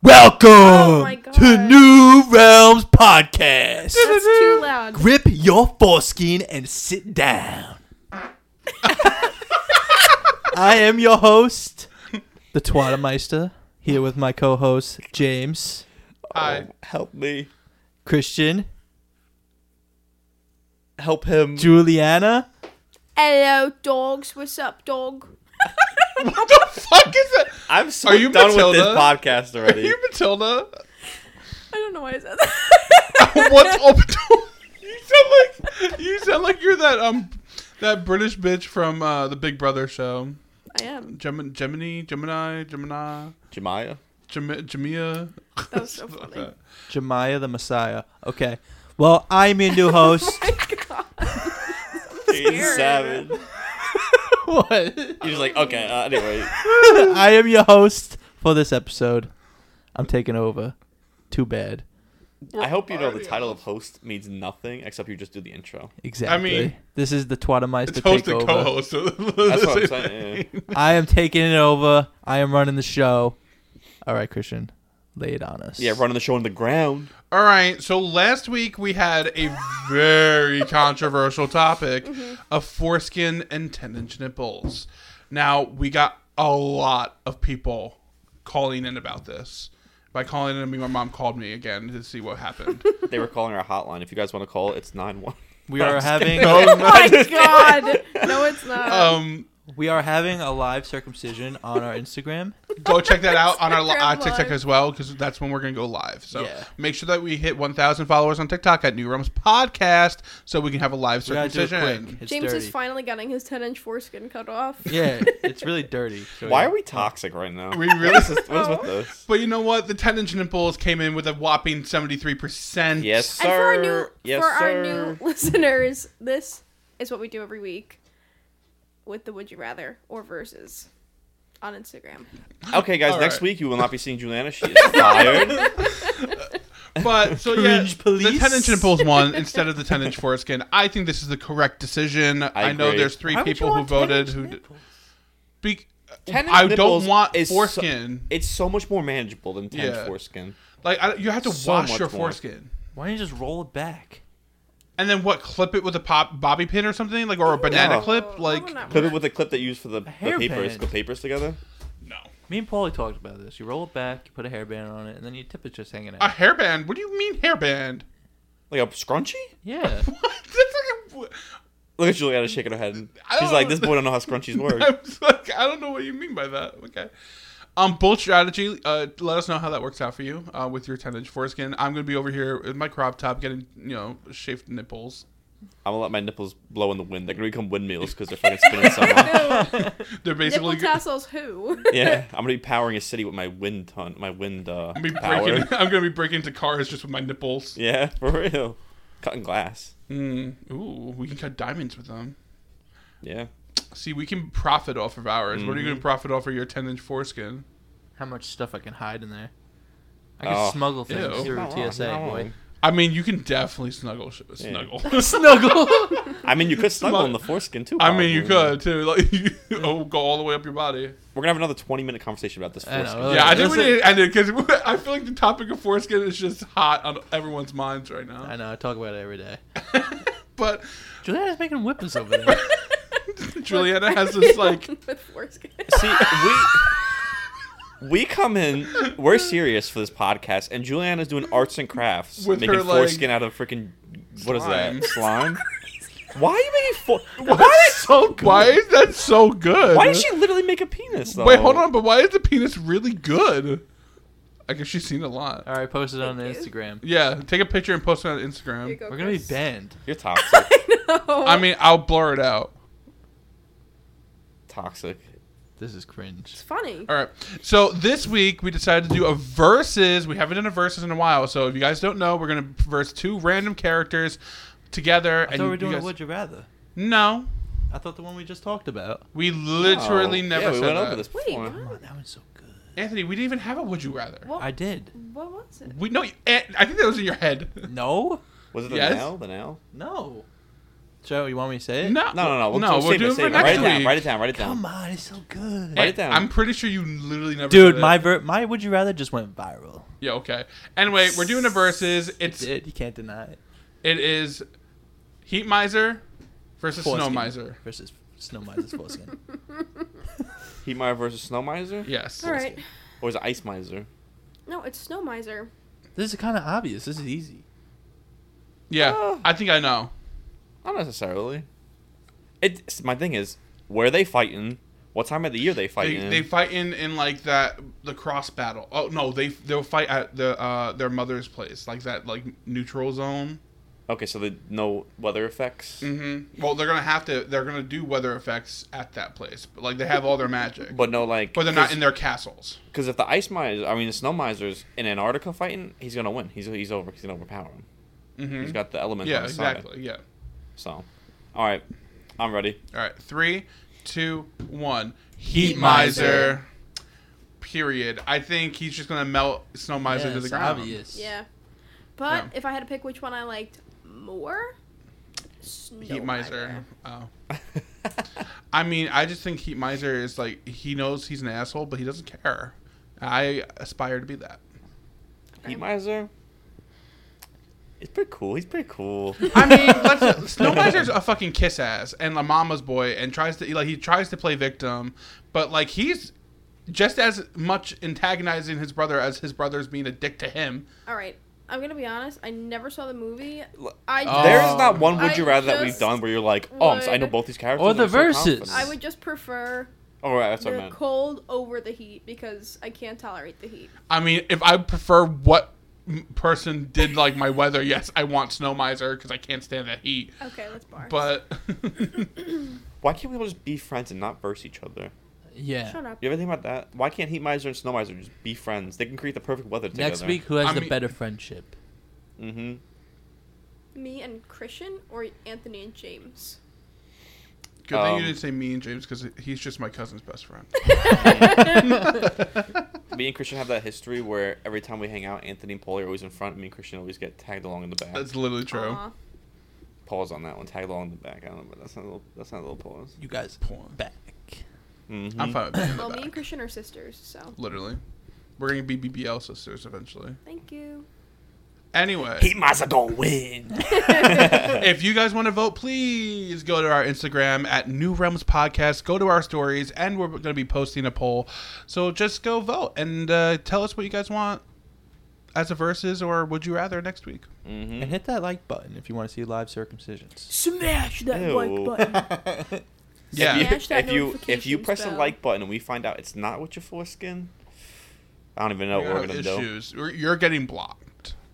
Welcome Oh my to God. New Realms Podcast. That's too loud. Grip your foreskin and sit down. I am your host, the Twattermeister, here with my co host, James, I help me Christian, help him Juliana. Hello, dogs. What's up, dog? fuck is that? i'm so Are you done with this Matilda? podcast Are already you Matilda? I don't know why I said that. What's up? to- you sound like you sound like you're that um that British bitch from uh, the Big Brother show. I am. Gem- Gemini, Gemini, Gemini, jemiah Gem- Gemia. That was so funny. Jemiah the Messiah. Okay. Well, I'm your new host. He's savage what? he's like okay uh, anyway I am your host for this episode. I'm taking over. Too bad. i hope you know the title of host means nothing except you just do the intro Exactly. this is the It's Twattermeister host and takeover. co-host. that's That's what i'm saying yeah. I am taking it over. I am running the show. All right, Christian, lay it on us. yeah running the show on the ground All right. So last week we had a very controversial topic Mm-hmm. of foreskin and 10 inch nipples. Now, we got a lot of people calling in about this. By calling in, I mean my mom called me again to see what happened. they were calling our hotline if you guys want to call it's 9-1 we are having no, Oh my god. No, it's not. um, we are having a live circumcision on our Instagram. go check that out on our li- uh, Instagram TikTok live. as well because that's when we're gonna go live. So Yeah. make sure that we hit 1,000 followers on TikTok at New Realms Podcast so we can have a live We gotta do it circumcision. quick. It's James dirty. is finally getting his 10 inch foreskin cut off. Yeah, it's really dirty. So why yeah. are we toxic right now Oh, We really what is with this But you know what? The 10 inch nipples came in with a whopping 73%. yes And for our sir new, yes for sir our new listeners, this is what we do every week with the Would You Rather or Versus on Instagram. okay guys All next right. week you will not be seeing juliana she is fired But so yeah, Cringe police. the 10 inch nipples won instead of the 10 inch foreskin. I think this is the correct decision. I, know agree. there's three Why would you people who want 10 voted inch who. d- nipples? Be- 10 inch I don't nipples want is so- foreskin. it's so much more manageable than 10 Yeah. foreskin like I, you have to so wash much your more. foreskin. Why don't you just roll it back? And then what? Clip it with a pop bobby pin or something, like or a banana No. Oh. Oh, clip, like No, not clip it really. with a clip that you use for the, the papers hairband. the papers together no. Me and Paulie talked about this. You roll it back, you put a hairband on it, and then your tip is just hanging A out. hairband? What do you mean hairband? like a scrunchie Yeah. What? That's like a, Look at Juliana shaking her head. I She's like, don't- this boy don't know how scrunchies work. I'm just like, I don't know what you mean by that. Okay. Um, bold strategy. Uh, let us know how that works out for you uh, with your 10 inch foreskin. I'm gonna be over here with my crop top, getting you know shaved nipples. I'm gonna let my nipples blow in the wind. They're gonna become windmills because they're fucking spinning so much. They're Nipple basically tassels, who? Yeah, I'm gonna be powering a city with my wind ton, my wind uh, I'm gonna be power. breaking. I'm gonna be breaking into cars just with my nipples. Yeah, for real. Cutting glass. Mm, ooh, we can cut diamonds with them. Yeah. See, we can profit off of ours. What are you gonna Mm-hmm. profit off of your 10 inch foreskin? How much stuff I can hide in there. I can Oh. smuggle things Ew. through TSA, boy. I mean, you can definitely snuggle. sh- Snuggle. Snuggle. I mean, you could snuggle in the foreskin too. I mean, you probably. could too. Like, you, oh, go all the way up your body. We're gonna have another 20 minute conversation about this I know. foreskin. Yeah, I think we Listen- need to end it because I feel like the topic of foreskin is just hot on everyone's minds right I now. know. I talk about it every day. But Juliana's making whippers over there. Juliana has this like, with foreskin. See, we we come in, we're serious for this podcast, and Juliana's doing arts and crafts, With making her, like, foreskin out of freaking what is that slime? Why are you making for? Why, That's is- so good? Why is that so good? why did she literally make a penis? Though? Wait, hold on. But why is the penis really good? I guess she's seen a lot. All right, post it on Thank you. Instagram. Yeah, take a picture and post it on Here you Instagram. go, We're gonna be Chris. banned. You're toxic. No. I mean, I'll blur it out. toxic. This is cringe. it's funny. All right. So this week we decided to do a versus. We haven't done a versus in a while. So if you guys don't know, we're gonna verse two random characters together. I thought we you were doing guys- a would you rather. No, I thought the one we just talked about. We literally Oh, never yeah, we said went that. over this Wait, before. what? Oh, that one's so good. Anthony, we didn't even have a would you rather. eh, What, I did. what was it? We no, you- Ant- I think that was in your head. No. Was it the Yes. nail? The nail? No. Joe, you want me to say it? No, No, no, no. We'll, no, we'll we'll save do it. it for Save it. Write next it down. week. Eh, Write it down. Write it down. Come on, it's so good. Write it down. I'm pretty sure you literally never. Dude, did it. my ver- my would you rather just went viral. yeah. Okay. Anyway, we're doing a versus. It's Dude, you can't deny it. it is heat miser versus snow Foreskin miser. versus snow miser's foreskin. Heat Miser versus Snow Miser, Yes. All right. or is it Ice Miser? No, it's snow miser. this is kind of obvious. This is easy. Yeah. Oh. I think I know. Not necessarily. It's my thing is where they fighting. What time of the year they They, fighting? they fight in in like that the cross battle. Oh no, they they'll fight at the uh their mother's place, like that like neutral zone. okay, so they no weather effects. Mm-hmm. Well, they're gonna have to. They're gonna do weather effects at that place. But, like they have all their magic, but, But no, like, they're not in their castles. Because if the ice miser, I mean the snow miser's in Antarctica fighting, he's gonna win. He's he's over. He's gonna overpower him. Mm-hmm. He's got the element. Yeah, on his side. exactly. Yeah. So, all right, I'm ready. All right, three, two, one. Heat, Heat miser. miser. Period. I think he's just gonna melt Snow Miser Yeah, to the it's ground. obvious. Yeah. But Yeah. if I had to pick which one I liked more, snow Heat Miser. miser. Oh. I mean, I just think Heat Miser is like he knows he's an asshole, but he doesn't care. I aspire to be that. Heat miser. It's pretty cool. He's pretty cool. I mean, let's, Snow Miser's a fucking kiss ass and La Mama's boy, and tries to like he tries to play victim, but like he's just as much antagonizing his brother as his brother's being a dick to him. All right. I'm gonna be honest. I never saw the movie. L- I Oh. There's not one would Um, I you rather that we've just done where you're like, oh, I'm so- I know would- both these characters. Or and the I'm so confident." verses. I would just prefer Oh, right, that's what I the meant. cold over the heat because I can't tolerate the heat. I mean, if I prefer what m- person did like my weather, yes, I want Snow Miser because I can't stand that heat. Okay, let's bar. But Why can't we all just be friends and not verse each other? Yeah. shut up. You ever think about that? Why can't Heat Miser and Snow Miser just be friends? They can create the perfect weather together. Next week, who has I the mean- better friendship? Mm-hmm. Me and Christian or Anthony and James. good thing Um, you didn't say me and James because he's just my cousin's best friend. Me and Christian have that history where every time we hang out, Anthony and Paulie are always in front. Me and Christian always get tagged along in the back. That's literally true. Aw. Pause on that one. Tagged along in the back. I don't know, but that's not a little. That's not a little pause. You guys Porn. back. Mm-hmm. I'm fine with being in the Well, me and back. Christian are sisters, so Literally, we're gonna be BBL sisters eventually. thank you. Anyway, Heat Miser gonna win. if you guys want to vote, please go to our Instagram at New Realms Podcast. Go to our stories, and we're going to be posting a poll. So just go vote and uh, tell us what you guys want as a versus or would you rather next week. mm-hmm. And hit that like button if you want to see live circumcisions. Smash that Ew. like button. Yeah. Smash that if you if you notifications press the bell. like button and we find out it's not with your foreskin, I don't even know You what Oh, we're have gonna do. issues. You're- You're getting blocked.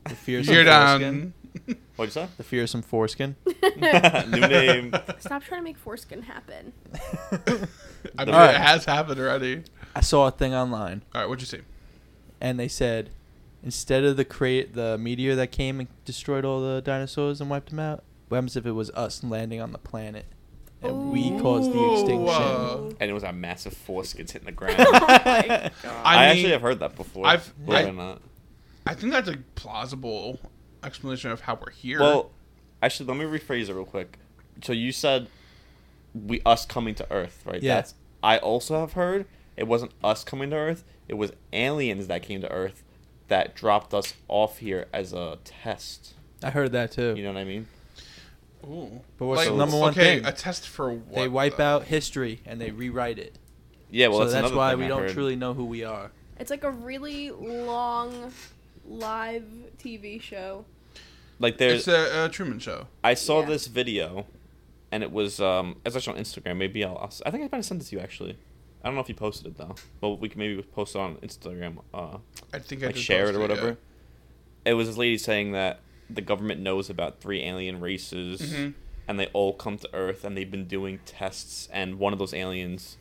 The fearsome You're foreskin. done. What'd you The fearsome foreskin. say? New name. Stop trying to make foreskin happen. I mean, Alright. it has happened already. I saw a thing online, All right, what'd you see? and they said instead of the crate, the meteor that came and destroyed all the dinosaurs and wiped them out, what happens if it was us landing on the planet and we caused the Ooh, extinction? uh, And it was a massive foreskin hitting the ground. Oh I, my god. I, mean, actually have heard that before. I've- believe I- it or not. I think that's a plausible explanation of how we're here. Well, actually, let me rephrase it real quick. So you said we us coming to Earth, right? Yeah. That's I also have heard it wasn't us coming to Earth. It was aliens that came to Earth that dropped us off here as a test. I heard that too. You know what I mean? Ooh. But what's the number one okay, thing? A test for what? they wipe though? out history and they rewrite it. Yeah. Well, so that's, that's another why thing we I don't heard. truly know who we are. It's like a really long live TV show. like It's there's. a, a Truman Show. I saw Yeah. this video, and it was um. It's actually on Instagram. Maybe I'll. I'll s- I think I might have sent it to you actually. I don't know if you posted it though. Well, we can maybe post it on Instagram. Uh, I think I like did share it post or whatever. yeah. It was this lady saying that the government knows about three alien races, Mhm. and they all come to Earth, and they've been doing tests. And one of those aliens,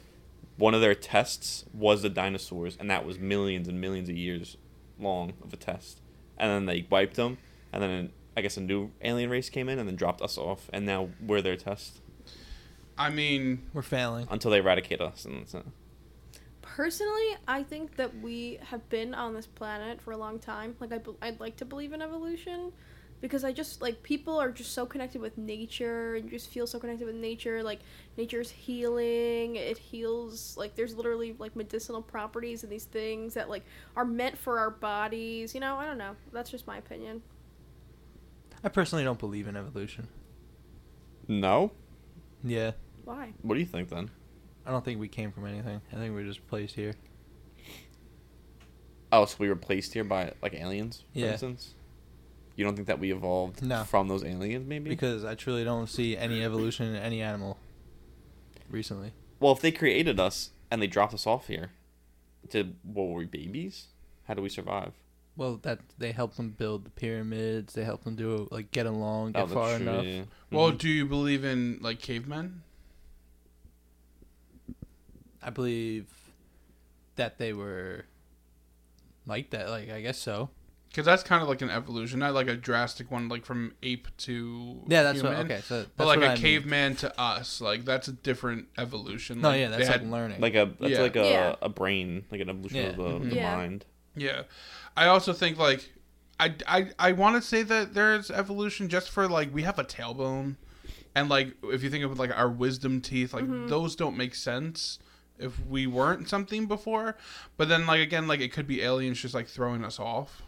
one of their tests was the dinosaurs, and that was millions and millions of years long of a test. And then they wiped them, and then I guess a new alien race came in and then dropped us off, and now we're their test I mean, We're failing. until they eradicate us. And that's it. Personally, I think that we have been on this planet for a long time. Like I, be- I'd like to believe in evolution, because I just like people are just so connected with nature and just feel so connected with nature. Like nature's healing; it heals. Like there's literally like medicinal properties and these things that like are meant for our bodies. You know, I don't know. That's just my opinion. I personally don't believe in evolution. No. Yeah, Why? What do you think then? I don't think we came from anything. I think we were just placed here. Oh, so we were placed here by like aliens, for Yeah. instance. You don't think that we evolved No. from those aliens, maybe? Because I truly don't see any evolution in any animal recently. well, if they created us and they dropped us off here, did what were we babies? How do we survive? Well, that they helped them build the pyramids. They helped them do like get along, get Oh, that's far true, enough. yeah. Well, do you believe in like cavemen? I believe that they were like that. Like I guess so. Because that's kind of like an evolution, not like a drastic one, like from ape to Yeah, that's human, what. Okay, so that's But like what a I mean. caveman to us, like that's a different evolution. No, like, yeah, they that's like had- learning. like a that's Yeah. like a, Yeah. Mm-hmm. a brain, like an evolution Yeah. of the, Mhm. the Yeah. mind. Yeah. I also think like I I I want to say that there's evolution just for like we have a tailbone and like if you think of like our wisdom teeth, like those don't make sense if we weren't something before. But then like again like it could be aliens just like throwing us off.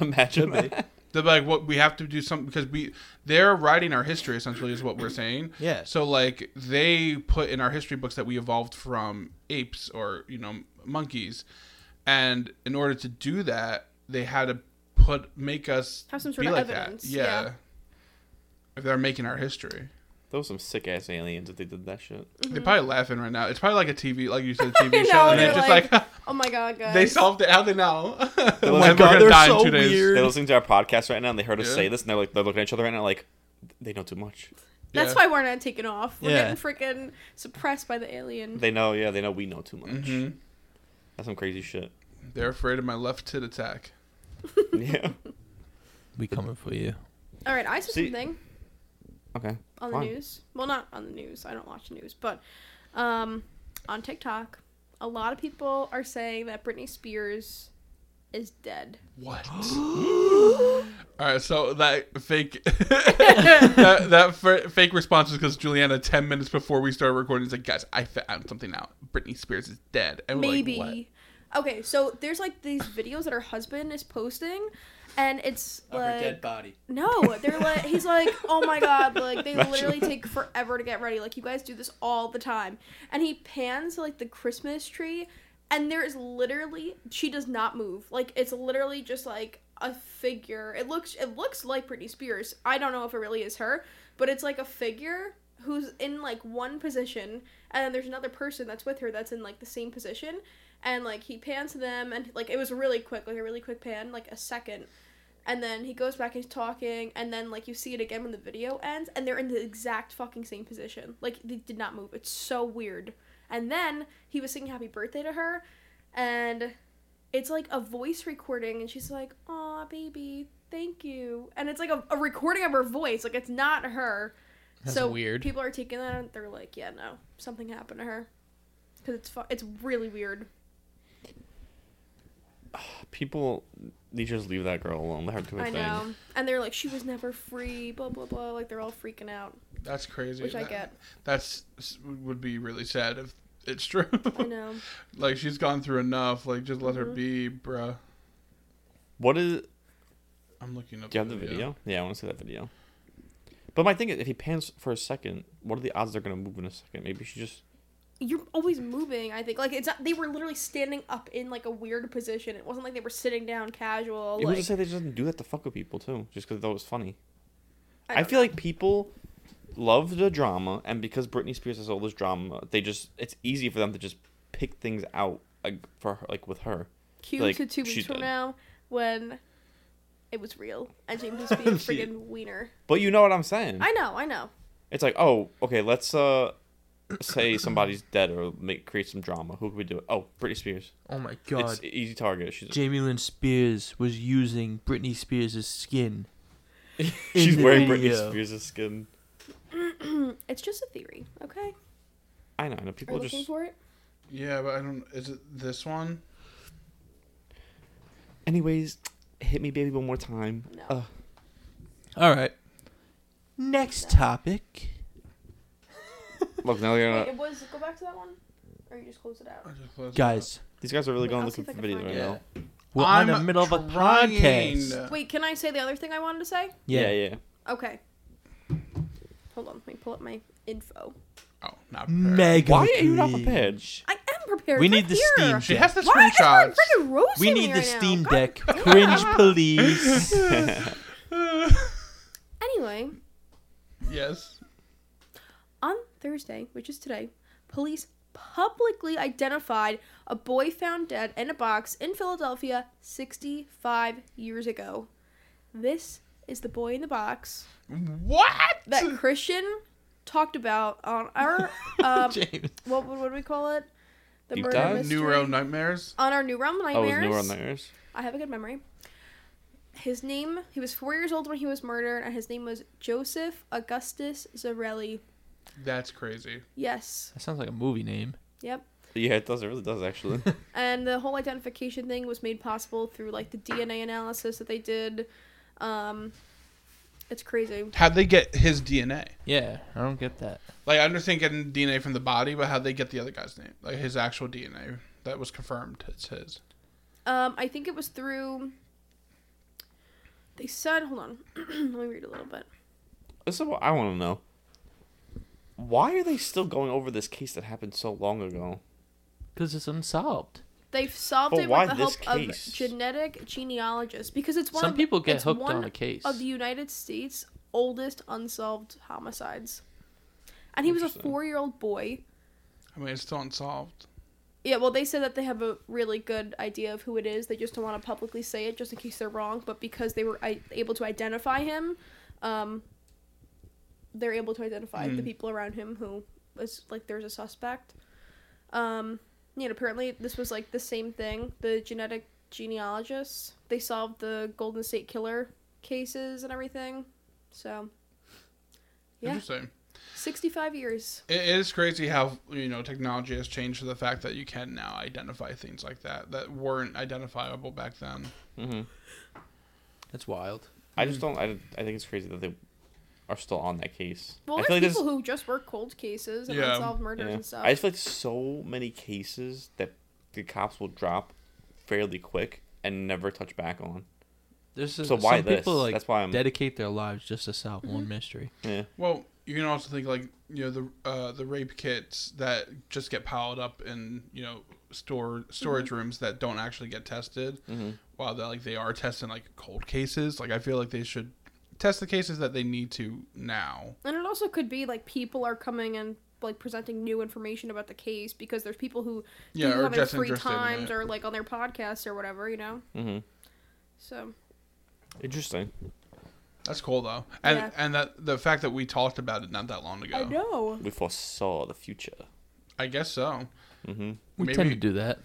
Imagine Could be. that. They're like what we have to do something because we they're writing our history essentially is what we're saying. Yeah. So like they put in our history books that we evolved from apes or you know monkeys, and in order to do that, they had to put make us Have some sort be of like evidence, That. Yeah. yeah. If they're making our history, Those some sick ass aliens if they did that shit. they're probably laughing right now. It's probably like a TV, like you said, TV show, Mm-hmm. know, and they're they're just like, like- Oh my god, guys! they solved it. How they know? Oh my God, And we're gonna they're die in so two days. weird. They're listening to our podcast right now and they heard us Yeah. say this and they're like they're looking at each other right now like they know too much. That's Yeah. why we're not taking off. We're Yeah. getting freaking suppressed by the alien. They know, yeah, they know we know too much. Mm-hmm. Mhm. That's some crazy shit. They're afraid of my left tit attack. yeah. we coming for you. All right, I saw See- something Okay. on the Fine. news. Well, not on the news. I don't watch the news, but um, on TikTok, a lot of people are saying that Britney Spears is dead. What? All right, so that fake that, that f- fake response is because Juliana ten minutes before we started recording is like, guys, I found something out. Britney Spears is dead, and we're Maybe. like, what? Okay, so there's like these videos that her husband is posting, and it's like body. No, they're like he's like, oh my god, like they Imagine. literally take forever to get ready. Like you guys do this all the time, and he pans to, like the Christmas tree, and there is literally she does not move. Like it's literally just like a figure. It looks it looks like Britney Spears. I don't know if it really is her, but it's like a figure who's in like one position, and then there's another person that's with her that's in like the same position, and like he pans to them, and like it was really quick, like a really quick pan, like a second and then he goes back and he's talking and then like you see it again when the video ends and they're in the exact fucking same position like they did not move it's so weird and then he was singing happy birthday to her and it's like a voice recording and she's like aw baby thank you and it's like a, a recording of her voice like it's not her That's so weird. people are taking that and they're like yeah no something happened to her because it's fu- it's really weird People they just leave that girl alone. Let her do her i thing. know and they're like she was never free blah blah blah like they're all freaking out That's crazy. Which I That- get. That's would be really sad if it's true. i know Mm-hmm. like she's gone through enough. Like just let her be, bruh. What is I'm looking up. do you have the video? Yeah, I want to see that video. But my thing is if he pans for a second, what are the odds they're gonna move in a second? Maybe she just you're always moving i think like it's not they were literally standing up in like a weird position it wasn't like they were sitting down casual Who's like to say they just didn't do that to fuck with people too, just because they thought it was funny. I I, don't feel like people love the drama, and because Britney Spears has all this drama, they just it's easy for them to just pick things out like for her, like with her. cue like, to two she weeks from did. now when it was real and james was being a She- freaking wiener But you know what I'm saying? i know i know It's like oh okay, let's uh say somebody's dead or make create some drama. Who could we do it? Oh, Britney Spears. Oh my god. It's easy target. She's Jamie Lynn Spears was using Britney Spears' skin. she's the wearing Britney video. Spears' skin. it's just a theory okay I know, I know. are People you looking just for it Yeah, but I don't. Is it this one? anyways. Hit me, baby, one more time. No. Uh, All right. Next topic. Look, now they're Wait, gonna, it was go back to that one, or you just close it out. Guys, these guys are really going I'll looking see for if I can videos right find now. we're in the middle of a podcast. Uh, Wait, can I say the other thing I wanted to say? Yeah. Yeah, yeah. Okay. Hold on, let me pull up my info. Oh, not prepared. Mega. Why are you not cringe. prepared? I am prepared. We it's need right the Steam here. She has the Why are you screenshots. freaking roasting We me need the right Steam now? God Deck. Cringe police. Anyway, yes. on Thursday, which is today, police publicly identified a boy found dead in a box in Philadelphia 65 years ago. This is the boy in the box What? that Christian talked about on our um, James. what, what what do we call it? The Deep dive? mystery- Neuro nightmares. on our new realm Oh, it nightmares. was newer on theirs. I have a good memory. His name, he was four years old when he was murdered, and his name was Joseph Augustus Zarelli. That's crazy. Yes. That sounds like a movie name. Yep. Yeah, it does. It really does, actually. And the whole identification thing was made possible through like the DNA analysis that they did. Um, it's crazy. How'd they get his DNA? Yeah, I don't get that. Like, I understand getting DNA from the body, but how'd they get the other guy's name? Like, his actual DNA that was confirmed. It's his. Um, I think it was through. They said, hold on, let me read a little bit. this is what I want to know. Why are they still going over this case that happened so long ago? Because it's unsolved. They've solved But it Oh, why with the help this case? of genetic genealogists because it's one Some of people get it's hooked one on a case. of the United States' oldest unsolved homicides. And he was a Interesting. four-year-old boy. I mean, it's still unsolved. Yeah, well, they said that they have a really good idea of who it is. They just don't want to publicly say it, just in case they're wrong. But because they were I- able to identify him, um, they're able to identify the Mm. people around him who was like there's a suspect. Um, yeah, and apparently this was like the same thing. The genetic genealogists they solved the Golden State Killer cases and everything. So, yeah, Interesting. sixty-five years. It it is crazy how, you know, technology has changed to the fact that you can now identify things like that that weren't identifiable back then. Mm-hmm. That's wild. I just don't. I, I think it's crazy that they are still on that case. Well, I there's feel like people who just work cold cases and Yeah. unsolved murders yeah. and stuff. I just feel like so many cases that the cops will drop fairly quick and never touch back on. There's a, So why some this? people like That's why I'm. dedicate their lives just to solve Mm-hmm. one mystery. Yeah. Well, you can also think like you know the uh, the rape kits that just get piled up in you know store Mm-hmm. storage rooms that don't actually get tested, Mhm. while they like they are testing like cold cases. Like I feel like they should test the cases that they need to now. And it also could be like people are coming and like presenting new information about the case because there's people who Yeah, do or have their just free interested in times it. or like on their podcasts or whatever, you know. hmm So Interesting. That's cool though, and Yeah. and that the fact that we talked about it not that long ago. I know. We foresaw the future. I guess so. Mm-hmm. We Maybe tend to do that.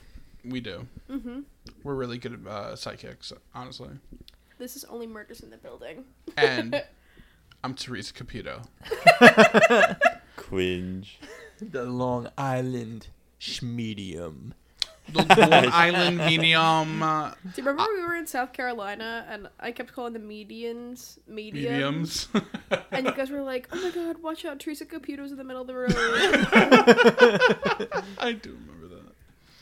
we do. hmm We're really good at uh, psychics, honestly. This is only murders in the building. And I'm Teresa Caputo. Cringe. The Long Island Schmedium. The Long Island medium. uh, Do you remember we were in South Carolina and I kept calling the medians medium, mediums. and you guys were like, "Oh my God, watch out! Teresa Caputo's in the middle of the road." I do remember that.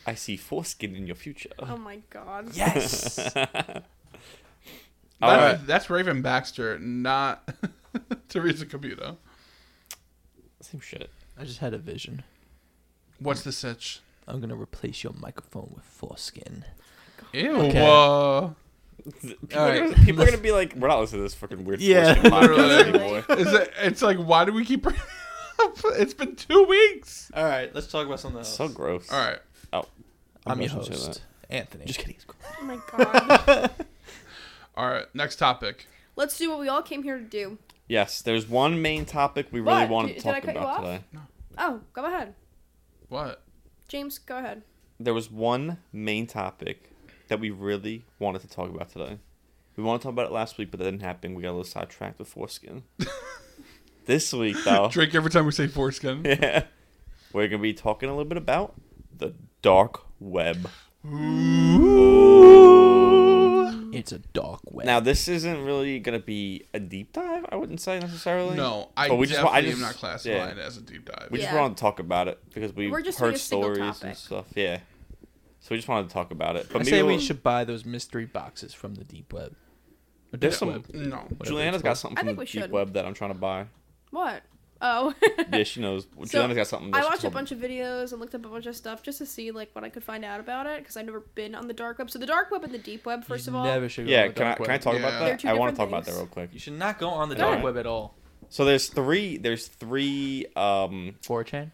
I see foreskin in your future. oh my God. Yes. All That- right. That's Raven Baxter, not Teresa Caputo. Same shit. I just had a vision. What's the sitch? I'm gonna replace your microphone with foreskin. Ew. Okay. uh, All People, are right. gonna, people are gonna be like, we're not listening to this fucking weird Yeah. foreskin podcast Literally. anymore. is it, it's like, why do we keep. it's been two weeks. All right, let's talk about something else. So gross. All right. I'm your I shouldn't say host, Anthony. Just kidding. Oh my God. All right. Next topic. Let's do what we all came here to do. Yes, there's one main topic we really What? wanted Did- to did I talk cut you about off? today. Oh, go ahead, What? James. Go ahead. There was one main topic that we really wanted to talk about today. We wanted to talk about it last week, but that didn't happen. We got a little sidetracked with foreskin. this week, though, Drake, every time we say foreskin. yeah, we're gonna be talking a little bit about the dark web. Ooh. In It's a dark web. Now this isn't really gonna be a deep dive. I wouldn't say necessarily. No, I But definitely Oh, wa- I am not classifying yeah. it as a deep dive. We just Yeah. wanted to talk about it because we We're just doing heard a single stories topic. and stuff. Yeah. So we just wanted to talk about it. But I maybe say we'll, we should buy those mystery boxes from the deep web. Or dark There's some- web, no. whatever Juliana's it's got called. something I from think the we deep should. web that I'm trying to buy. What? Oh. Yeah, she knows. So, Juliana's got something. that I she watched a told me. bunch of videos and looked up a bunch of stuff just to see like what I could find out about it because I've never been on the dark web. So the dark web and the deep web, You first of should all, never should go Yeah, on the can I, dark can I web. talk Yeah. They're about two that? I want to talk different about that things. real quick. You should not go on the Go dark on. web at all. So there's three there's three um 4chan.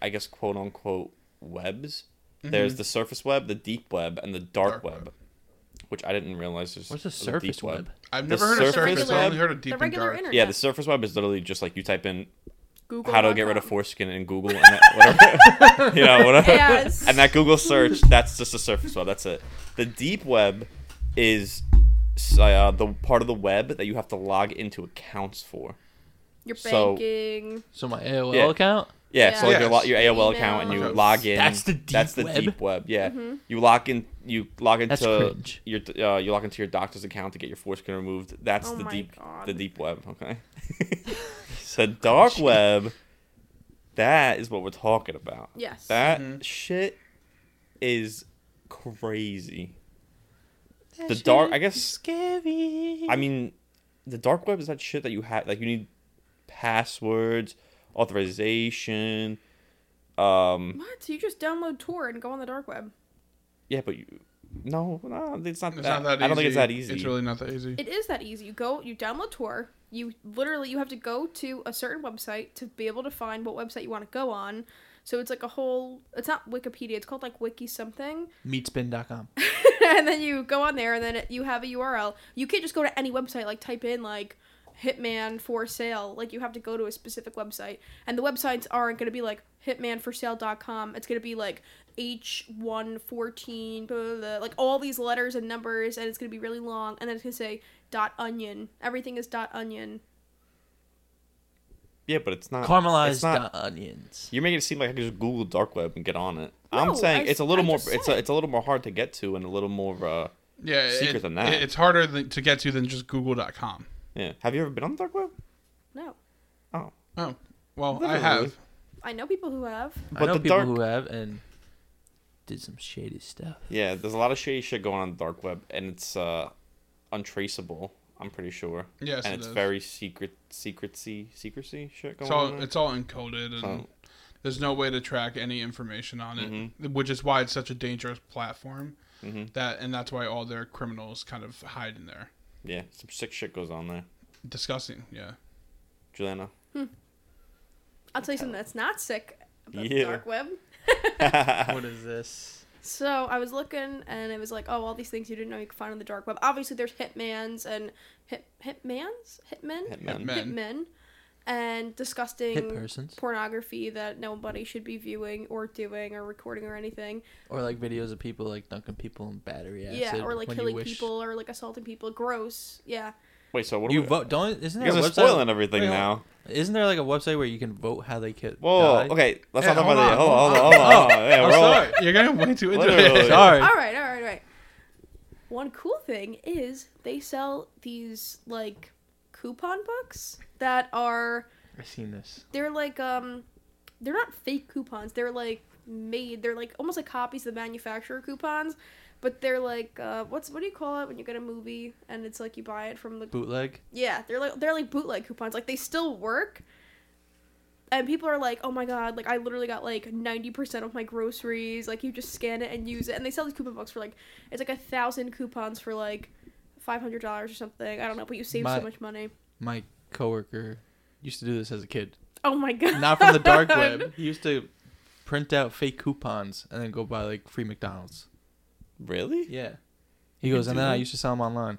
I guess quote unquote webs. There's the surface web, the deep web, and the dark, Dark web, web. which I didn't realize. There's What's the there's a deep surface web? I've the never heard of surface surface. I web- only heard of the deep and regular dark. internet. Yeah, the surface web is literally just like you type in Google how to get rid dot of com. foreskin in Google and that, whatever. you know, whatever. Yes. And that Google search, that's just the surface web. That's it. The deep web is uh, the part of the web that you have to log into accounts for. your so- banking. So my AOL Yeah. account. Yeah, so like Yeah. your, lo- your AOL Email. account and you Okay. log in. That's the deep That's the web? deep web. Yeah, Mm-hmm. you log in. You log into That's cringe. your uh, you log into your doctor's account to get your foreskin removed. That's Oh the my deep God. the deep web. Okay. so dark web. That is what we're talking about. Yes. That shit is crazy. The dark. I guess. Scary. I mean, the dark web is that shit that you have. Like you need passwords, authorization. Um. what? So you just download Tor and go on the dark web? Yeah, but you, no, no, it's not, It's that, not that easy. Uh, I don't think it's that easy. It's really not that easy. It is that easy. You go, you download Tor. You literally you have to go to a certain website to be able to find what website you want to go on. So it's like a whole. It's not Wikipedia. It's called like Wiki something. Meatspin.com. and then you go on there, and then it, you have a URL. You can't just go to any website. Like type in like Hitman for sale. Like you have to go to a specific website, and the websites aren't going to be like hitmanforsale.com. It's going to be like H114, blah, blah, blah, like all these letters and numbers, and it's going to be really long. And then it's going to say dot onion. Everything is dot onion. yeah, but it's not Caramelized It's not, onions. You're making it seem like I can just Google dark web and get on it. No, I'm saying I it's a little s- I more. just It's a, said. it's a little more hard to get to and a little more. Uh, Yeah, Secret it- than that. it- It's harder than, to get to than just Google.com. yeah. Have you ever been on the dark web? No, Oh, Oh, well, I Literally. have. I know people who have. I but know the people dark. who have and did some shady stuff. Yeah, there's a lot of shady shit going on in the dark web, and it's uh, untraceable. I'm pretty sure. Yes, and it it's is. very secret, secrecy, secrecy shit going It's all on. there. it's all encoded, and So- there's no way to track any information on it, Mm-hmm. which is why it's such a dangerous platform. That and that's why all their criminals kind of hide in there. yeah, some sick shit goes on there. Disgusting, yeah. Juliana, I'll tell you something that's not sick about the Yeah. dark web. what is this? So I was looking, and it was like, oh, all these things you didn't know you could find on the dark web. Obviously, there's hitmans and hit hitmans, hitmen, Hitman. Hitmen. hitmen, and disgusting Hit persons. pornography that nobody should be viewing or doing or recording or anything. Or like videos of people like dunking people in battery acid. yeah, or like when you killing wish- people or like assaulting people. Gross. Yeah. Wait, so what? Are You we, vote. Don't isn't you there a guys are website? spoiling everything Wait, now. Isn't there like a website where you can vote how they kill? die? Whoa, okay, let's Yeah, not talk hold about it. on, Hold on, hold hold on, hold on. Yeah, I'm we're all- sorry, you're getting way too into Literally. it. Sorry. All right. All right. All right. One cool thing is they sell these like coupon books that are I've seen this. they're like um they're not fake coupons they're like made they're like almost like copies of the manufacturer coupons but they're like uh what's what do you call it when you get a movie and it's like you buy it from the Bootleg. yeah they're like they're like bootleg coupons like they still work and people are like oh my god like i literally got like 90% of my groceries like you just scan it and use it and they sell these coupon books for like it's like a thousand coupons for like $500 or something i don't know but you save My- so much money My coworker used to do this as a kid. oh my god Not from the dark web. He used to print out fake coupons and then go buy like free McDonald's. Really? Yeah. He goes, could and do then I that? used to sell them online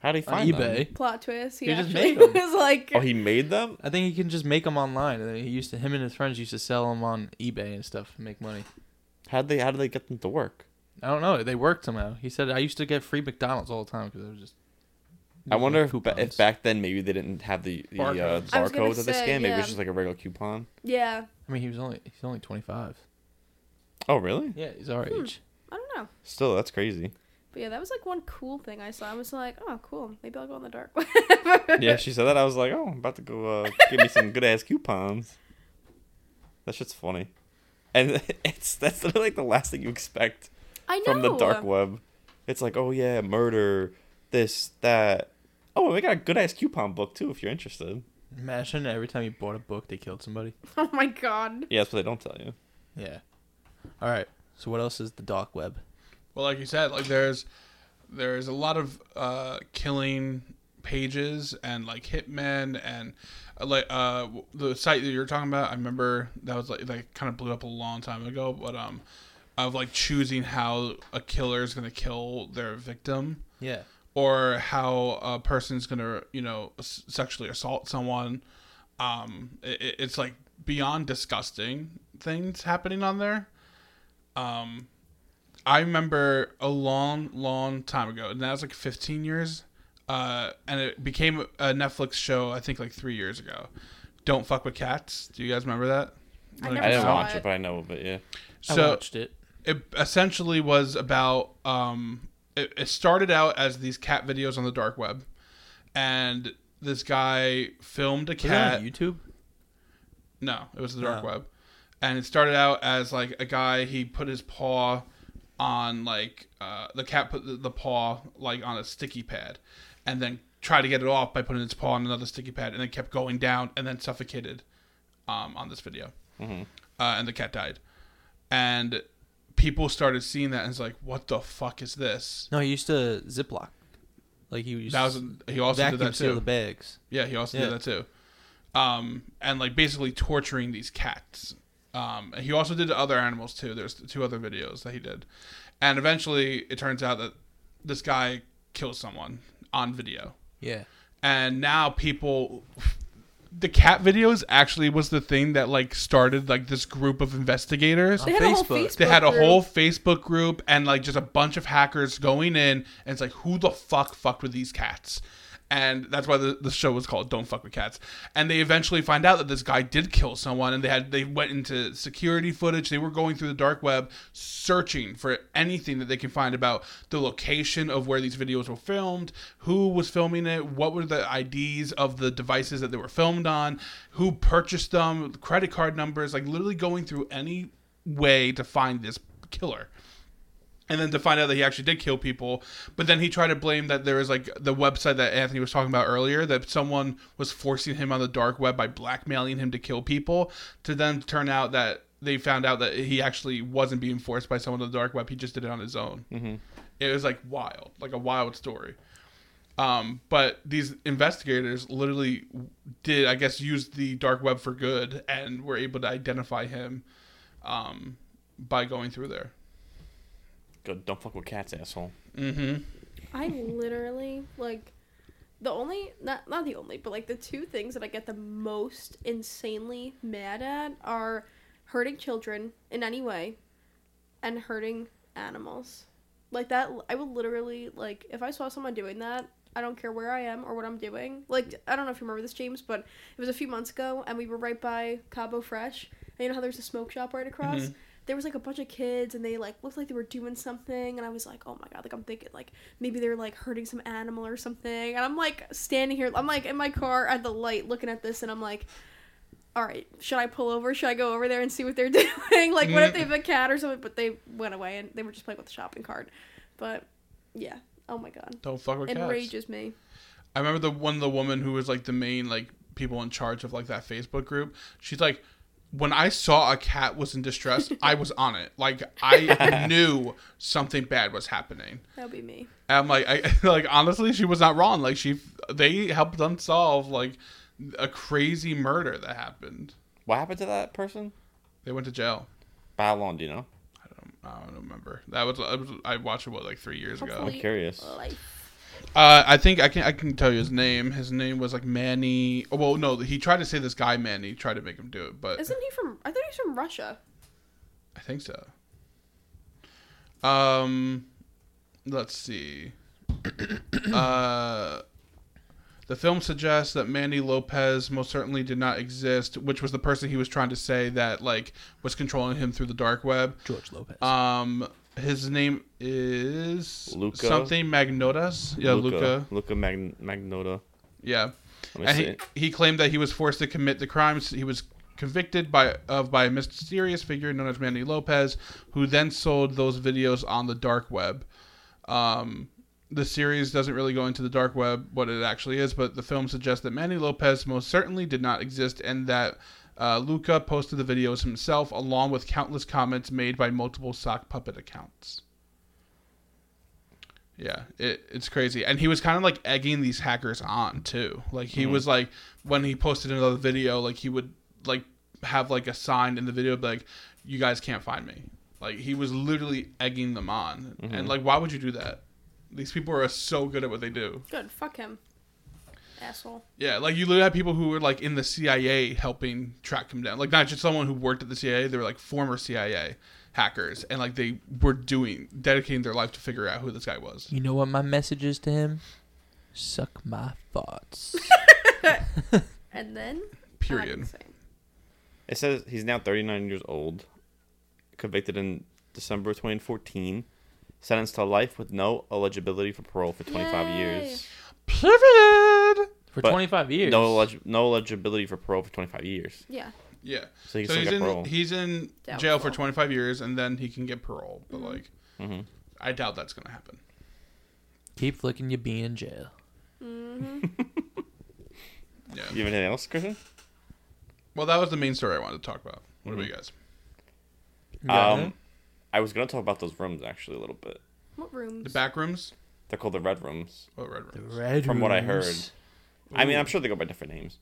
How do you on find them? eBay. plot twist. He, He just actually made 'em. was like, Oh, he made them. I think he can just make them online. And then he used to him and his friends used to sell them on eBay and stuff and make money. How did they? How did they get them to work? I don't know. They worked somehow. He said I used to get free McDonald's all the time because I was just. I wonder if, ba- coupons. if back then maybe they didn't have the, the uh, Barcodes. I was gonna barcode that they say, scanned. Maybe it yeah. was just like a regular coupon. yeah, I mean, he was only he's only twenty five. Oh, really? Yeah, he's our age. I don't know. Still, that's crazy. But yeah, that was like one cool thing I saw. I was like, oh, cool. Maybe I'll go in the dark. Yeah, she said that. I was like, oh, I'm about to go uh, give me some good ass coupons. That shit's funny, and it's that's literally, like the last thing you expect I know. from the dark web. It's like, oh yeah, murder, this, that. Oh, we got a good ass coupon book too if you're interested. Imagine every time you bought a book, they killed somebody. Oh my god. Yeah, that's what they don't tell you. Yeah. All right. So what else is the dark web? Well, like you said, like there's there's a lot of uh, killing pages and like hitmen and uh, like uh, w- the site that you were talking about. I remember that was like that kind of blew up a long time ago, but um, of like choosing how a killer is gonna kill their victim Yeah. or how a person's gonna you know s- sexually assault someone. Um, i i- it's like beyond disgusting things happening on there. Um, I remember a long, long time ago, and that was like 15 years. Uh, and it became a Netflix show, I think, like three years ago. Don't fuck with cats. Do you guys remember that? I Like, never I didn't saw watch it. it, but I know of it. Yeah. I So watched it. it essentially was about um it, it started out as these cat videos on the dark web and this guy filmed a Was that cat on YouTube? no it was the dark Oh. web and it started out as like a guy he put his paw on like uh, the cat put the, the paw like on a sticky pad and then tried to get it off by putting its paw on another sticky pad and then kept going down and then suffocated um, on this video uh, and the cat died and people started seeing that and it's like what the fuck is this No, he used to Ziploc. Like he used that was he also did vacuum that seal the too bags. yeah he also Yeah. did that too um, and like basically torturing these cats um, and he also did to other animals too there's two other videos that he did and eventually it turns out that this guy kills someone on video Yeah. and now people the cat videos actually was the thing that like started like this group of investigators They had a whole Facebook. Facebook. they had a group. whole Facebook group and like just a bunch of hackers going in, and it's like, who the fuck fucked with these cats? And that's why the, the show was called "Don't Fuck with Cats." And they eventually find out that this guy did kill someone, and they had they went into security footage. They were going through the dark web, searching for anything that they can find about the location of where these videos were filmed, who was filming it, what were the IDs of the devices that they were filmed on, who purchased them, credit card numbers, like literally going through any way to find this killer. And then to find out that he actually did kill people, but then he tried to blame that there was like the website that Anthony was talking about earlier that someone was forcing him on the dark web by blackmailing him to kill people. To then turn out that they found out that he actually wasn't being forced by someone on the dark web; he just did it on his own. Mm-hmm. It was like wild, like a wild story. Um, but these investigators literally did, I guess, use the dark web for good and were able to identify him um, by going through there. Good. Don't fuck with cats, asshole. Mm-hmm. I literally like the only not not the only, but like the two things that I get the most insanely mad at are hurting children in any way and hurting animals. Like that I would literally like if I saw someone doing that, I don't care where I am or what I'm doing. Like I don't know if you remember this James, but it was a few months ago and we were right by Cabo Fresh. And you know how there's a smoke shop right across? There was like a bunch of kids and they like looked like they were doing something and I was like, "Oh my god, like I'm thinking like maybe they're like hurting some animal or something." And I'm like standing here, I'm like in my car at the light looking at this and I'm like, all right, should I pull over? Should I go over there and see what they're doing? like, what if Mm. they have a cat or something? But they went away and they were just playing with the shopping cart. But yeah, oh my god, Don't fuck with cats. enrages me. I remember the one of the woman who was like the main like people in charge of like that Facebook group. She's like, when I saw a cat was in distress, I was on it. Like I knew something bad was happening. That'll be me. And I'm like, I like honestly, she was not wrong. Like she, they helped unsolve like a crazy murder that happened. What happened to that person? They went to jail. By how long do you know? I don't, I don't remember. That was, I was I watched it what like three years ago. I'm Lee- curious. Life. Uh, I think I can I can tell you his name. His name was like Manny. oh, Well, no, he tried to say this guy Manny tried to make him do it, but Isn't he from? I thought he was from Russia. I think so. Um, let's see. uh, the film suggests that Manny Lopez most certainly did not exist, which was the person he was trying to say that like was controlling him through the dark web. Uh, George Lopez. Um, His name is Luca? something Magnotas. Yeah, Luca. Luca Magn- Magnota. Yeah, Let me and see. he, he claimed that he was forced to commit the crimes he was convicted by of by a mysterious figure known as Manny Lopez, who then sold those videos on the dark web. Um, the series doesn't really go into the dark web what it actually is, but the film suggests that Manny Lopez most certainly did not exist, and that uh, Luca posted the videos himself, along with countless comments made by multiple sock puppet accounts. Yeah, it, it's crazy. And he was kind of like egging these hackers on too. Like he was like when he posted another video, like he would like have like a sign in the video be like, You guys can't find me. Like he was literally egging them on. And like why would you do that? These people are so good at what they do. Good. Fuck him. Asshole. Yeah, like you literally had people who were like in the CIA helping track him down. Like not just someone who worked at the CIA, they were like former CIA hackers and like they were doing dedicating their life to figure out who this guy was. You know what my message is to him? Suck my thoughts. And then. Period. Not insane. It says he's now 39 years old, convicted in December 2014, sentenced to life with no eligibility for parole for 25 years. Pivot. For But 25 years. No, elig- no eligibility for parole for 25 years. Yeah. Yeah. So he so still he's got in parole. he's in Doubtful. Mm-hmm. jail for 25 years and then he can get parole. But like, Mhm. I doubt that's gonna happen. Keep flicking your bean in jail. Yeah. You have anything else, Griffin? Well, that was the main story I wanted to talk about. What about you guys? Um, I was gonna talk about those rooms actually a little bit. What rooms? The back rooms They're called the Red Rooms. or red the rooms? red From what I rooms. I mean, I'm sure they go by different names,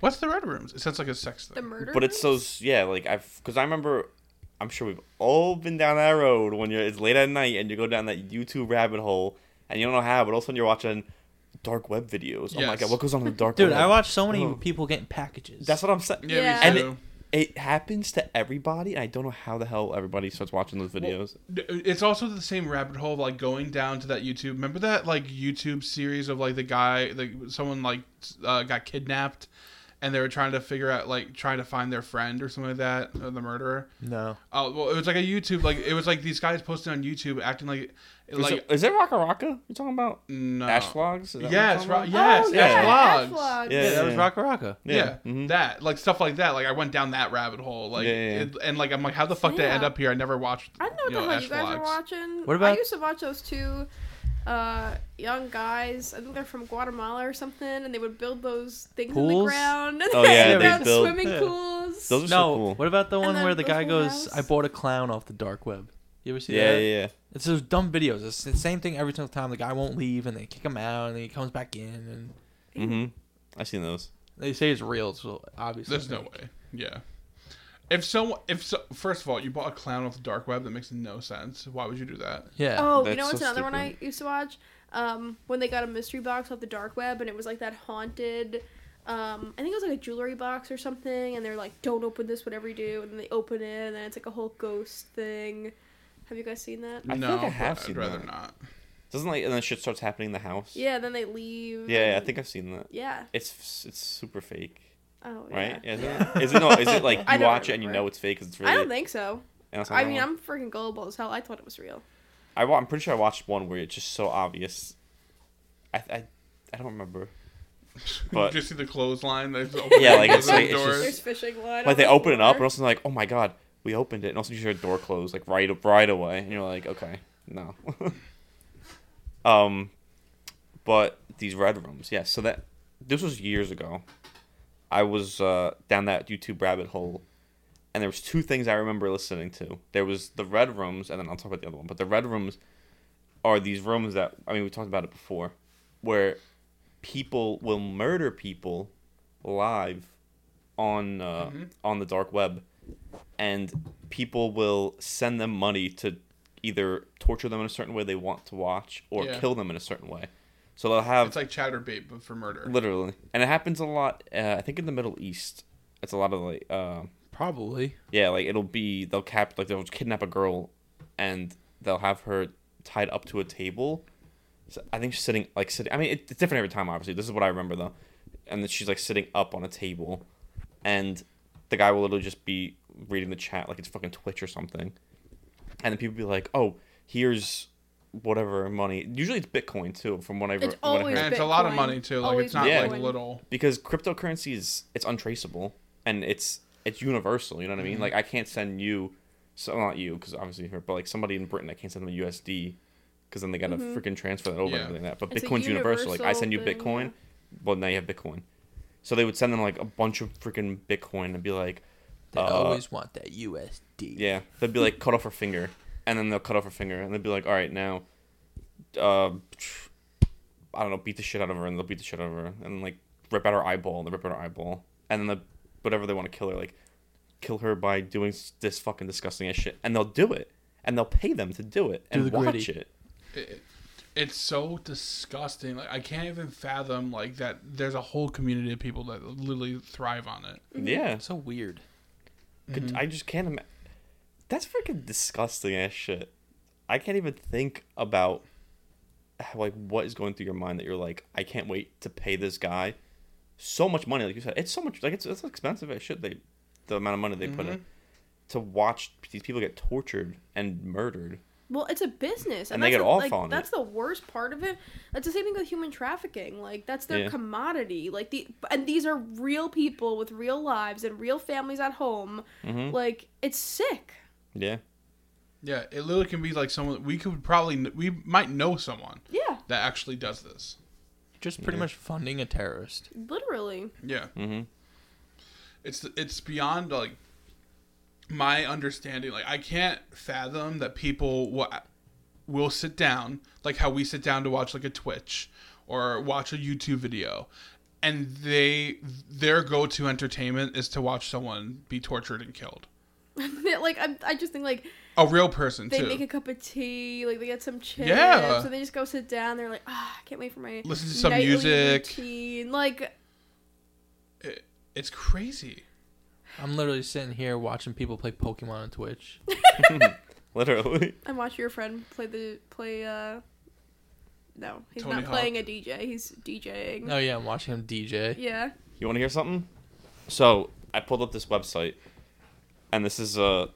What's the red rooms? It sounds like a sex The thing. murder. but it's room? those yeah. Like I've because I remember. I'm sure we've all been down that road when you're it's late at night and you go down that YouTube rabbit hole and you don't know how, but all of a sudden you're watching dark web videos. Oh my Yes. god, what goes on in the dark Dude, web? I watched so many Oh. people getting packages. That's what I'm saying. yeah, Yeah. me And too. It happens to everybody, and I don't know how the hell everybody starts watching those videos. D- it's also the same rabbit hole of, like going down to that youtube remember that like youtube series of like the guy like someone like uh, got kidnapped and they were trying to figure out like trying to find their friend or something like that or the murderer no. Oh well, it was like a YouTube like it was like these guys posting on YouTube acting like Is, like it, is it Rocka Rocka? You're talking about no Ash Vlogs? Is that what you're Yes, talking ro- about? yes, Ash Oh, yeah. Vlogs. Vlogs. Yeah, Yeah, that was yeah. Raka Raka. Yeah, mhm. that like stuff like that. Like I went down that rabbit hole. Like Yeah, yeah, yeah. It, and like I'm like, how the fuck did I end Yeah. up here? I never watched. I don't know what the know, hell Ash you guys are Vlogs. watching. What I about- used to watch those two uh, young guys. I think they're from Guatemala or something, and they would build those things in the Pools? ground. Oh, yeah, they build build- swimming Yeah. pools. Those are so no, cool. what about the And one then where the the guy whole goes, house. "I bought a clown off the dark web." You ever see Yeah, that? yeah, yeah. It's those dumb videos. It's the same thing every single time. The guy won't leave, and they kick him out, and then he comes back in, and hmm I've seen those. they say it's real. So obviously, There's no way. Yeah. If so, if so, first of all, you bought a clown off the dark web. That makes no sense. Why would you do that? Yeah. Oh, you That's know so what's another one I stupid. used to watch? Um, when they got a mystery box off the dark web, and it was like that haunted. Um, I think it was like a jewelry box or something, and they're like, "Don't open this, whatever you do," and then they open it, and then it's like a whole ghost thing. Have you guys seen that? I feel no, like I have but seen I'd rather that. not. Doesn't like and then shit starts happening in the house. Yeah, then they leave. Yeah, I and- think I've seen that. Yeah. It's it's super fake, Oh, right? Yeah. Isn't it? Is it no? Is it like I you don't watch it and you remember. know it's fake? Cause it's really. I don't think so. and it's not I mean, normal? I'm freaking gullible as hell. I thought it was real. I wa- I'm pretty sure I watched one where it's just so obvious. I I, I don't remember. But- you just see the clothesline. They just open and Yeah, like, close it's like- the it's doors. There's fishing line. Like they open it up and also like, oh my god, we opened it, and also you hear a door close like right right away, and you're like, okay, no. um, but these red rooms, yeah. So that this was years ago. I was uh, down that YouTube rabbit hole, and there was two things I remember listening to. There was the red rooms, and then I'll talk about the other one. But the red rooms are these rooms that I mean we talked about it before, where people will murder people live on uh, Mm-hmm. on the dark web, and people will send them money to either torture them in a certain way they want to watch or Yeah. kill them in a certain way. So they'll have It's like chatterbait, but for murder. Literally, and it happens a lot. Uh, I think in the Middle East, it's a lot of like, uh, probably. yeah, like it'll be they'll cap like they'll kidnap a girl, and they'll have her tied up to a table. So I think she's sitting like sitting. I mean, it, it's different every time. Obviously, this is what I remember though, and then she's like sitting up on a table, and the guy will literally just be reading the chat like it's fucking Twitch or something, and then people be like, "Oh, here's whatever money." Usually it's Bitcoin too, from what I've It's what I've always heard. and it's a lot of Bitcoin. money too. Like it's Always not like Bitcoin. little. because cryptocurrency is it's untraceable and it's it's universal. You know what I Mm-hmm. mean? Like I can't send you, so not you, because obviously here, but like somebody in Britain, I can't send them a USD because then they gotta freaking transfer that over Yeah. and everything like that. But Mm-hmm. It's a Bitcoin's universal. Like I universal send you thing, Bitcoin, yeah. well now you have Bitcoin. So they would send them like a bunch of freaking Bitcoin and be like, They Uh, always want that USD. yeah, they'd be like, cut off her finger, and then they'll cut off her finger, and they'd be like, all right, now, uh, I don't know, beat the shit out of her, and they'll beat the shit out of her, and then, like rip out her eyeball, and they rip out her eyeball, and then the whatever they want to kill her, like kill her by doing s- this fucking disgusting ass shit, and they'll do it, and they'll pay them to do it and the watch gritty. it. It, it's so disgusting. Like I can't even fathom like that. There's a whole community of people that literally thrive on it. Yeah, so weird. Could, I just can't imagine. That's freaking disgusting ass shit. I can't even think about how, like what is going through your mind that you're like, I can't wait to pay this guy so much money. Like you said, it's so much. Like it's it's expensive as shit. They the amount of money they put in to watch these people get tortured and murdered. Well, it's a business, And they that's get the- off like, on it. That's the worst part of it. That's the same thing with human trafficking. Like that's their Yeah. commodity. Like the and these are real people with real lives and real families at home. Mhm. Like it's sick. Yeah, Yeah, it literally can be like someone we could probably kn- we might know someone Yeah, that actually does this. Just pretty Yeah. much funding a terrorist. literally. Yeah, Mhm. it's it's beyond like my understanding. Like I can't fathom that people will will sit down like how we sit down to watch like a Twitch or watch a YouTube video, and they their go to entertainment is to watch someone be tortured and killed. like I'm, I just think like A real person they too. make a cup of tea, like they get some chips, Yeah. and they just go sit down. They're like, ah, I can't wait for my Listen to some nightly music. routine." Like It- it's crazy. I'm literally sitting here watching people play Pokemon on Twitch. literally. I'm watching your friend play the play. uh No, he's Tony not Hawk. playing a DJ. He's DJing. Oh yeah, I'm watching him DJ. Yeah. You want to hear something? So I pulled up this website, and this is uh,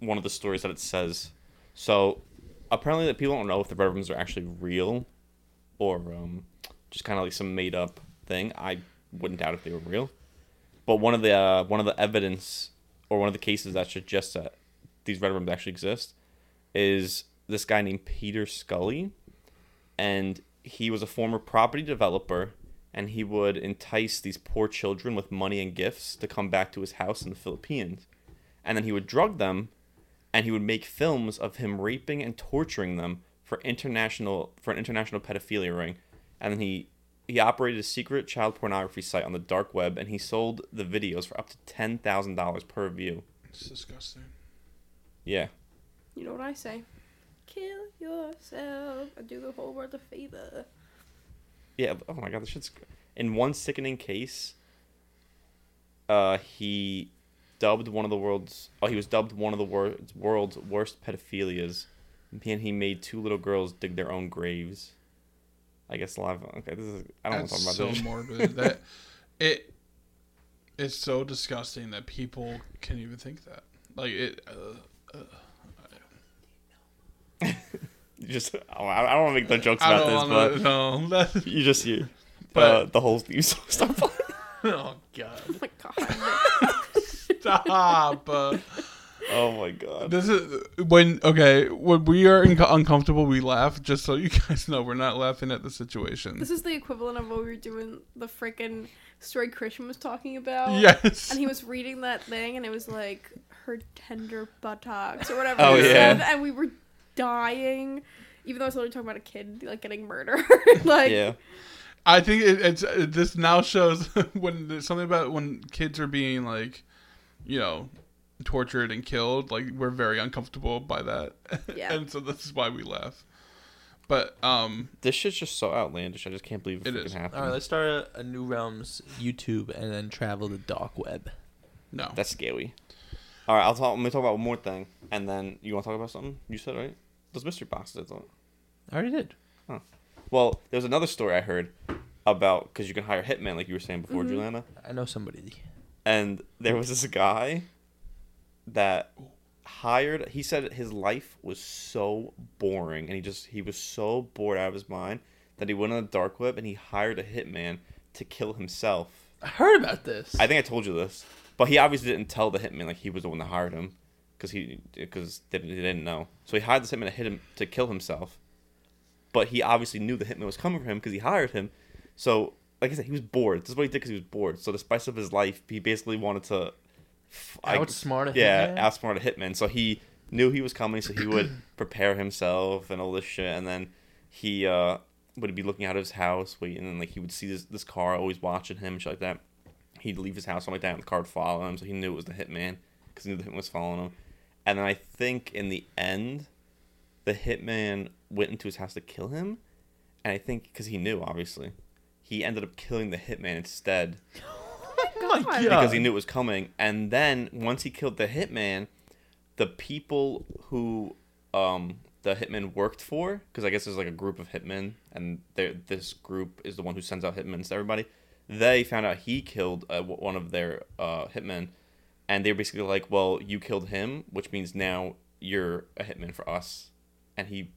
one of the stories that it says. So apparently, that people don't know if the Red Rooms are actually real, or um, just kind of like some made up thing. I wouldn't doubt if they were real, but one of the uh, one of the evidence or one of the cases that suggests that these Red Rooms actually exist is this guy named Peter Scully and he was a former property developer and he would entice these poor children with money and gifts to come back to his house in the Philippines. And then he would drug them and he would make films of him raping and torturing them for international for an international pedophilia ring. And then he he operated a secret child pornography site on the dark web and he sold the videos for up to $10,000 per view. It's disgusting. Yeah. You know what I say? Kill yourself and do the whole world a favor. Yeah. Oh my god, this shit's. In one sickening case, uh, he dubbed one of the world's. Oh, he was dubbed one of the wor- world's worst pedophilias, and he made two little girls dig their own graves. I guess live. Okay, this is. I don't want to That's talk about so this. morbid. That it it's so disgusting that people can even think that. Like it. Uh, You just. Oh, I I don't want to make the jokes I about don't this, want but to know. That, you just you. uh, But- the whole theme song start playing. oh god, Oh my god. stop! Uh, Oh my god. this is when okay. When we are inco- uncomfortable, we laugh. Just so you guys know, we're not laughing at the situation. this is the equivalent of what we were doing, the freaking story Christian was talking about. Yes. And he was reading that thing and it was like her tender buttocks or whatever. Oh, it yeah. said, And we were dying. Even though I was only talking about a kid like getting murdered, like Yeah. I think it, it's it, this now shows when there's something about when kids are being like, you know, tortured and killed. Like we're very uncomfortable by that, Yeah. and so this is why we laugh. But um, This shit's just so outlandish. I just can't believe it, It freaking is. happened. All right, let's start a, a new realms YouTube and then travel the dark web. no, That's scary. All right, I'll talk. Let me talk about one more thing, and then you want to talk about something you said, right? Those mystery boxes. I thought. I already did. Well, there's another story I heard about because you can hire hitmen, like you were saying before, Juliana. I know somebody. And there was this guy that hired. He said his life was so boring, and he just he was so bored out of his mind that he went on the dark web and he hired a hitman to kill himself. I heard about this. I think I told you this, but he obviously didn't tell the hitman like he was the one that hired him, because he because they didn't- they didn't know. So he hired this hitman to hit him to kill himself, but he obviously knew the hitman was coming for him because he hired him. So like I said, he was bored. This is what he did because he was bored. So the spice of his life, he basically wanted to f- I- Outsmart a yeah, hitman? outsmart a hitman. So he knew he was coming, so he would prepare himself and all this shit, and then he uh would be looking out of his house, waiting, and like he would see this this car always watching him, and shit like that. He'd leave his house, something like that, and the car would follow him. So he knew it was the hitman because he knew the hitman was following him. And then I think in the end, the hitman went into his house to kill him, and I think because he knew, obviously, he ended up killing the hitman instead my Oh God. God. because he knew it was coming. And then once he killed the hitman, the people who um, the hitman worked for, because I guess there's like a group of hitmen, and they're- this group is the one who sends out hitmen to everybody. They found out he killed uh, w- one of their uh, hitmen, and they're basically like, "Well, you killed him, which means now you're a hitman for us." And he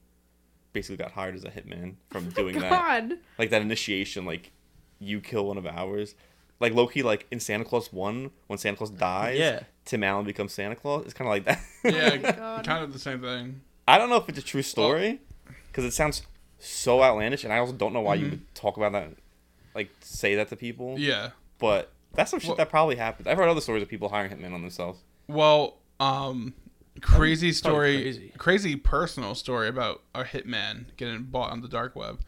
basically got hired as a hitman from doing that God. like that initiation, like you kill one of ours. Like Loki, like in Santa Claus one, when Santa Claus dies, Yeah. Tim Allen becomes Santa Claus. It's kind of like that. Yeah, Oh God. kind of the same thing. I don't know if it's a true story, because it sounds so outlandish, and I also don't know why you would talk about that, like say that to people. Yeah. But that's some shit Well- that probably happens. I've heard other stories of people hiring hitmen on themselves. Well, um, crazy story, crazy. crazy. personal story about a hitman getting bought on the dark web.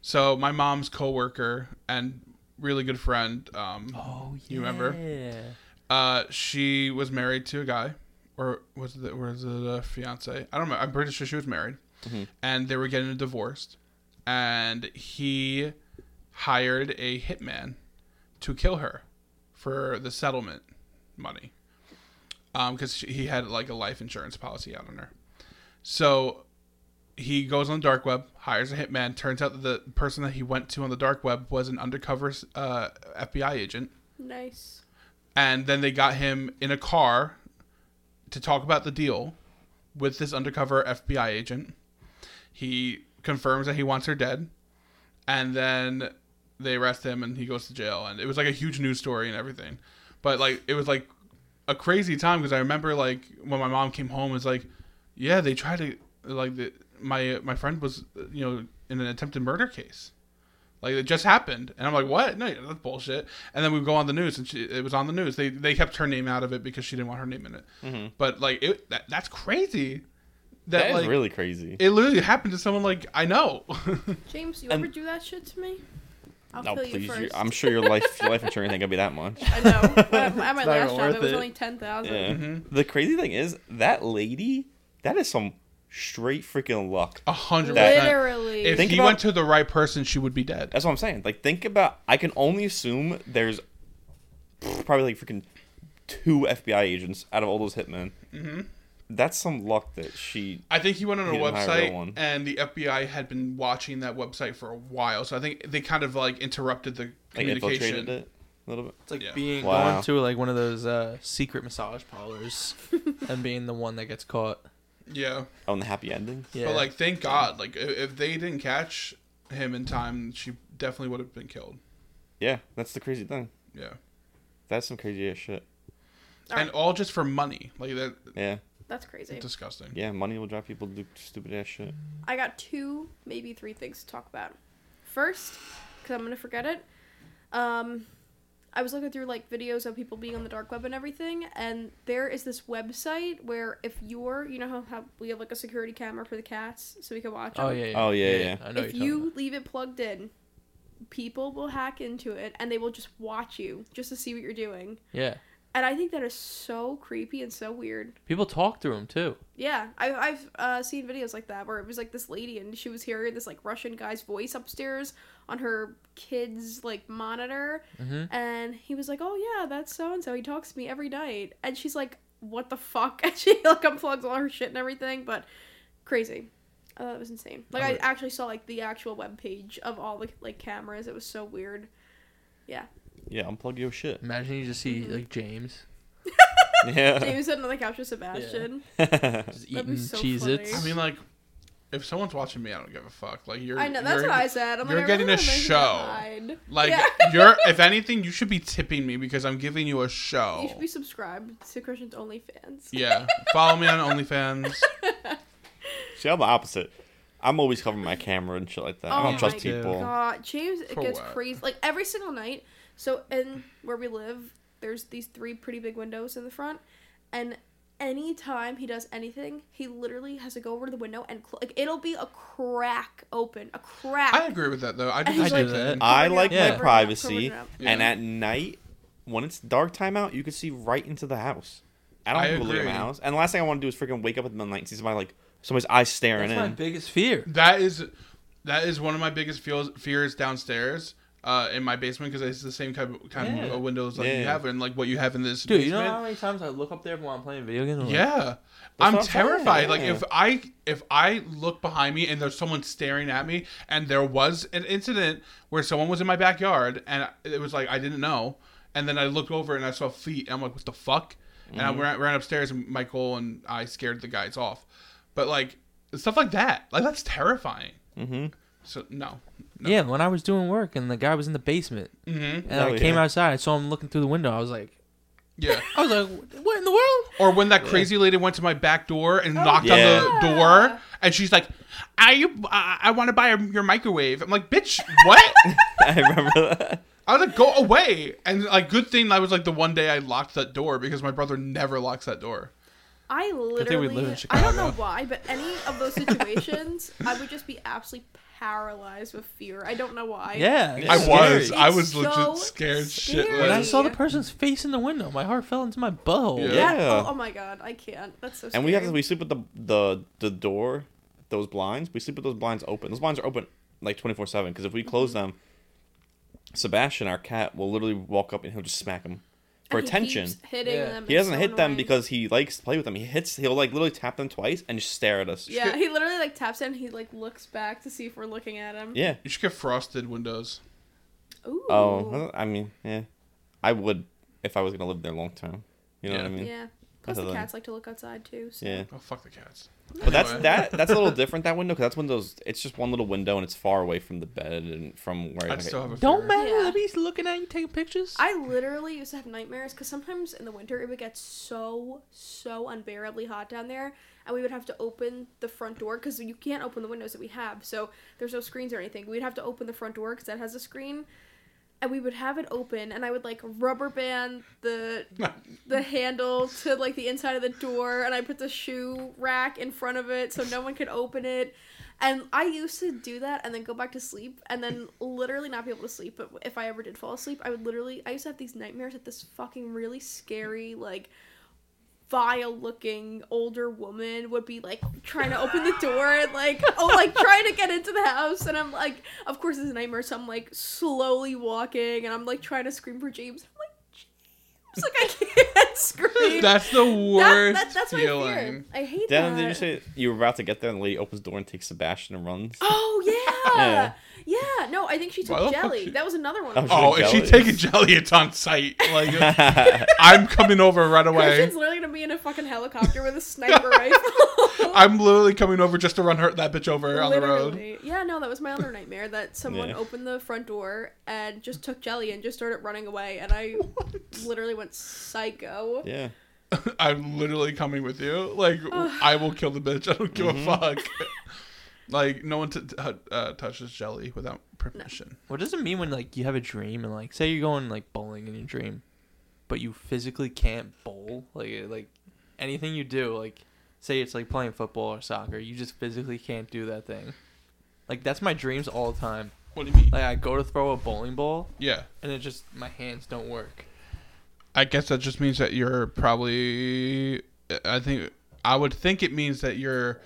So my mom's coworker and really good friend, um, Oh, Oh, you remember, Yeah. uh, she was married to a guy, or was it was it a fiance? I don't know. I'm pretty sure she was married, and they were getting divorced, and he hired a hitman to kill her for the settlement money because he had like a life insurance policy out on her. So he goes on the dark web, hires a hitman. Turns out that the person that he went to on the dark web was an undercover uh, FBI agent, Nice. and then they got him in a car to talk about the deal with this undercover FBI agent. He confirms that he wants her dead, and then they arrest him and he goes to jail. And it was like a huge news story and everything, but like it was like a crazy time because I remember like when my mom came home, it's like, yeah, they tried to like the, my my friend was you know in an attempted murder case. Like it just happened, and I'm like, "What? No, that's bullshit." And then we go on the news, and she, it was on the news. They they kept her name out of it because she didn't want her name in it. But like, it that, that's crazy. That, That is like, really crazy. it literally happened to someone like I know. James, you And- ever do that shit to me? I'll no, kill Oh, please. you You first. I'm sure your life, your life insurance ain't gonna be that much. I know. At my- at my It's not last even job, worth it was it. only ten thousand. Yeah. The crazy thing is that lady, that is some straight freaking luck. A hundred percent. Literally. If Think he about- went to the right person, she would be dead. That's what I'm saying. Like, think about. I can only assume there's probably like freaking two FBI agents out of all those hitmen. Mm-hmm. That's some luck that she. I think he went on a He didn't hire that website, one. and the FBI had been watching that website for a while. So I think they kind of like interrupted the Like infiltrated communication. it a little bit. It's like Yeah. being Wow. going to like one of those uh, secret massage parlors and being the one that gets caught. yeah. Oh, and the happy ending. Yeah. But like, thank God, like i- if they didn't catch him in time, she definitely would have been killed. Yeah, that's the crazy thing. Yeah, That's some crazy ass shit. and all just for money. Like that, Yeah, That's crazy. disgusting. yeah. Money will drive people to do stupid ass shit. I got two, maybe three things to talk about. First, because I'm gonna forget it. Um, I was looking through like videos of people being on the dark web and everything, and there is this website where if you're, you know how, how we have like a security camera for the cats, so we can watch. oh them? yeah, Oh, yeah, I yeah. know if what you're talking you leave it plugged in, people will hack into it and they will just watch you just to see what you're doing. about. yeah. And I think that is so creepy and so weird. People talk through him too. Yeah, I, I've uh, seen videos like that where it was like this lady and she was hearing this like Russian guy's voice upstairs on her kid's like monitor, Mhm. and he was like, "Oh yeah, that's so and so. He talks to me every night." And she's like, "What the fuck?" And she like unplugs all her shit and everything, but crazy. I thought it was insane. Like I I would- actually saw like the actual web page of all the like cameras. It was so weird. Yeah, unplug your shit. Mm-hmm. Imagine you just see like James Yeah. Jamie sitting on the couch with Sebastian. Just That'd be eating so Cheez-Its. funny. I mean, like, if someone's watching me, I don't give a fuck. Like, you're. I know that's you're- what I said. I'm you're like, I getting really a don't know if you show. lied. Like, Yeah. you're. If anything, you should be tipping me because I'm giving you a show. You should be subscribed to Christian's OnlyFans. yeah. Follow me on OnlyFans. See, I'm the opposite. I'm always covering my camera and shit like that. I Oh don't trust my people. God, James it For gets what? crazy. Like every single night. So in where we live, there's these three pretty big windows in the front, and anytime he does anything, he literally has to go over to the window and cl- like it'll be a crack open, a crack. I agree with that though. I do, he's the same like- thing. I I Covering it like up, Yeah. covering my it up, covering privacy, it up. and Yeah. at night, when it's dark time out, you can see right into the house. I don't I have to look at my agree. house, and the last thing I want to do is freaking wake up in the night and see somebody like somebody's eyes staring That's my in. biggest fear. That is that is one of my biggest feels, fears downstairs uh, in my basement because it's the same kind of, kind Yeah. of windows like Yeah. you have and like what you have in this Dude, you basement. know how many times I look up there while I'm playing video games? I'm like, yeah. That's I'm what I'm saying, terrified. Like yeah. if I if I look behind me and there's someone staring at me and there was an incident where someone was in my backyard and it was like I didn't know and then I looked over and I saw feet and I'm like what the fuck and Mm-hmm. I ran, ran upstairs and Michael and I scared the guys off, but like stuff like that like that's terrifying. Mm-hmm. So no, no. Yeah, when I was doing work and the guy was in the basement hmm and Oh, I came yeah. outside, I saw him looking through the window. I was like, Yeah. I was like, what in the world? Or when that crazy lady went to my back door and knocked Oh, yeah. on the door, and she's like, "Are you? Uh, I want to buy your microwave." I'm like, "Bitch, what?" I remember that. I was like, "Go away!" And like, good thing that was like the one day I locked that door because my brother never locks that door. I thing we literally, live in I don't know Chicago. why, but any of those situations, I would just be absolutely paralyzed with fear. I don't know why. Yeah. I it's I was, scary. I was so legit scared scary. When I shitless. saw the person's face in the window, my heart fell into my butthole. Yeah. Yeah. Yeah. Oh, oh my god, I can't. That's so. Scary. And we have to, we sleep with the the the door, those blinds. We sleep with those blinds open. Those blinds are open like twenty four seven. Because if we close them, Sebastian, our cat, will literally walk up and he'll just smack him for And he attention. keeps hitting Yeah. them. He It's doesn't so hit them annoying. because he likes to play with them. He hits. He'll like literally tap them twice and just stare at us. Yeah, he literally like taps in. He like looks back to see if we're looking at him. Yeah. You should get frosted windows. Ooh. Oh, I mean, yeah. I would if I was gonna live there long term. You know what I Yeah. mean? Yeah. Plus That's the a- cats like to look outside too. So. Yeah. Oh fuck the cats. But that's Anyway. that. That's a little different. That window, because that's one of those. It's just one little window, and it's far away from the bed and from where. I'd still have a Don't fear. matter Yeah. that he's looking at you taking pictures. I literally used to have nightmares because sometimes in the winter it would get so so unbearably hot down there, and we would have to open the front door because you can't open the windows that we have, so there's no screens or anything. We'd have to open the front door because that has a screen, and we would have it open, and I would like rubber band the the handle to like the inside of the door, and I put the shoe rack in front of it so no one could open it. And I used to do that and then go back to sleep and then literally not be able to sleep. But if I ever did fall asleep, I would literally. I used to have these nightmares that this fucking really scary, like, vile looking older woman would be like trying to open the door and like, oh, like trying to get into the house. And I'm like, of course, it's a nightmare. So I'm like slowly walking and I'm like trying to scream for James. I'm like, James. Like, I can't scream. That's the That- that- worst that's my feeling. fear. I hate Damn, that. did you say you were about to get there and the lady opens the door and takes Sebastian and runs? Oh yeah. yeah, No, I think she Why the took fuck jelly. she- That was another one. Oh, Oh, if she Jellies. taking jelly, it's on site. Like Oh. yeah, I'm coming over right away. Christian's literally gonna be in a fucking helicopter with a sniper rifle. I'm literally coming over just to run her that bitch over on the road. Literally. Yeah, no, that was my other nightmare that someone Yeah. opened the front door and just took jelly and just started running away, and I literally went psycho. I'm literally coming with you. Like I will kill the bitch. I don't give Mm-hmm. a fuck. like no one t- t- uh, touches jelly without permission. What does it mean when like you have a dream and like say you're going like bowling in your dream, but you physically can't bowl like it- like anything you do like say it's like playing football or soccer you just physically can't do that thing. Like that's my dreams all the time. What do you mean? Like I go to throw a bowling ball yeah, and it just my hands don't work. I guess that just means that you're probably. I think I would think it means that you're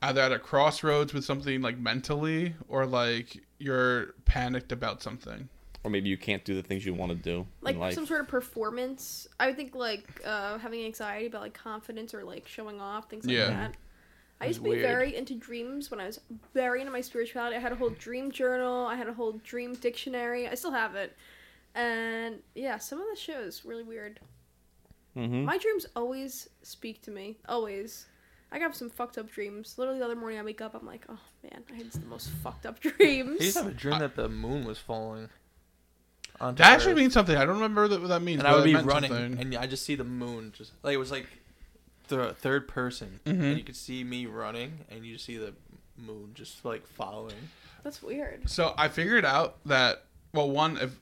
either at a crossroads with something like mentally, or like you're panicked about something. Or maybe you can't do the things you want to do Like in life. some sort of performance. I would think like uh, having anxiety about like confidence or like showing off things like Yeah. that. Mm-hmm. I It's used to be weird. very into dreams when I was very into my spirituality. I had a whole dream journal. I had a whole dream dictionary. I still have it. And yeah, some of the shit is really weird. Mm-hmm. My dreams always speak to me. Always. I have some fucked up dreams. Literally the other morning I wake up, I'm like, oh man, I had the most fucked up I used dreams. to have a dream that the moon was falling. Onto That actually Earth. means something. I don't remember that, what that means. and I would be running, and I just see the moon. Just like it was like the third person, Mhm. and you could see me running, and you see the moon just like following. That's weird. so I figured out that well, one if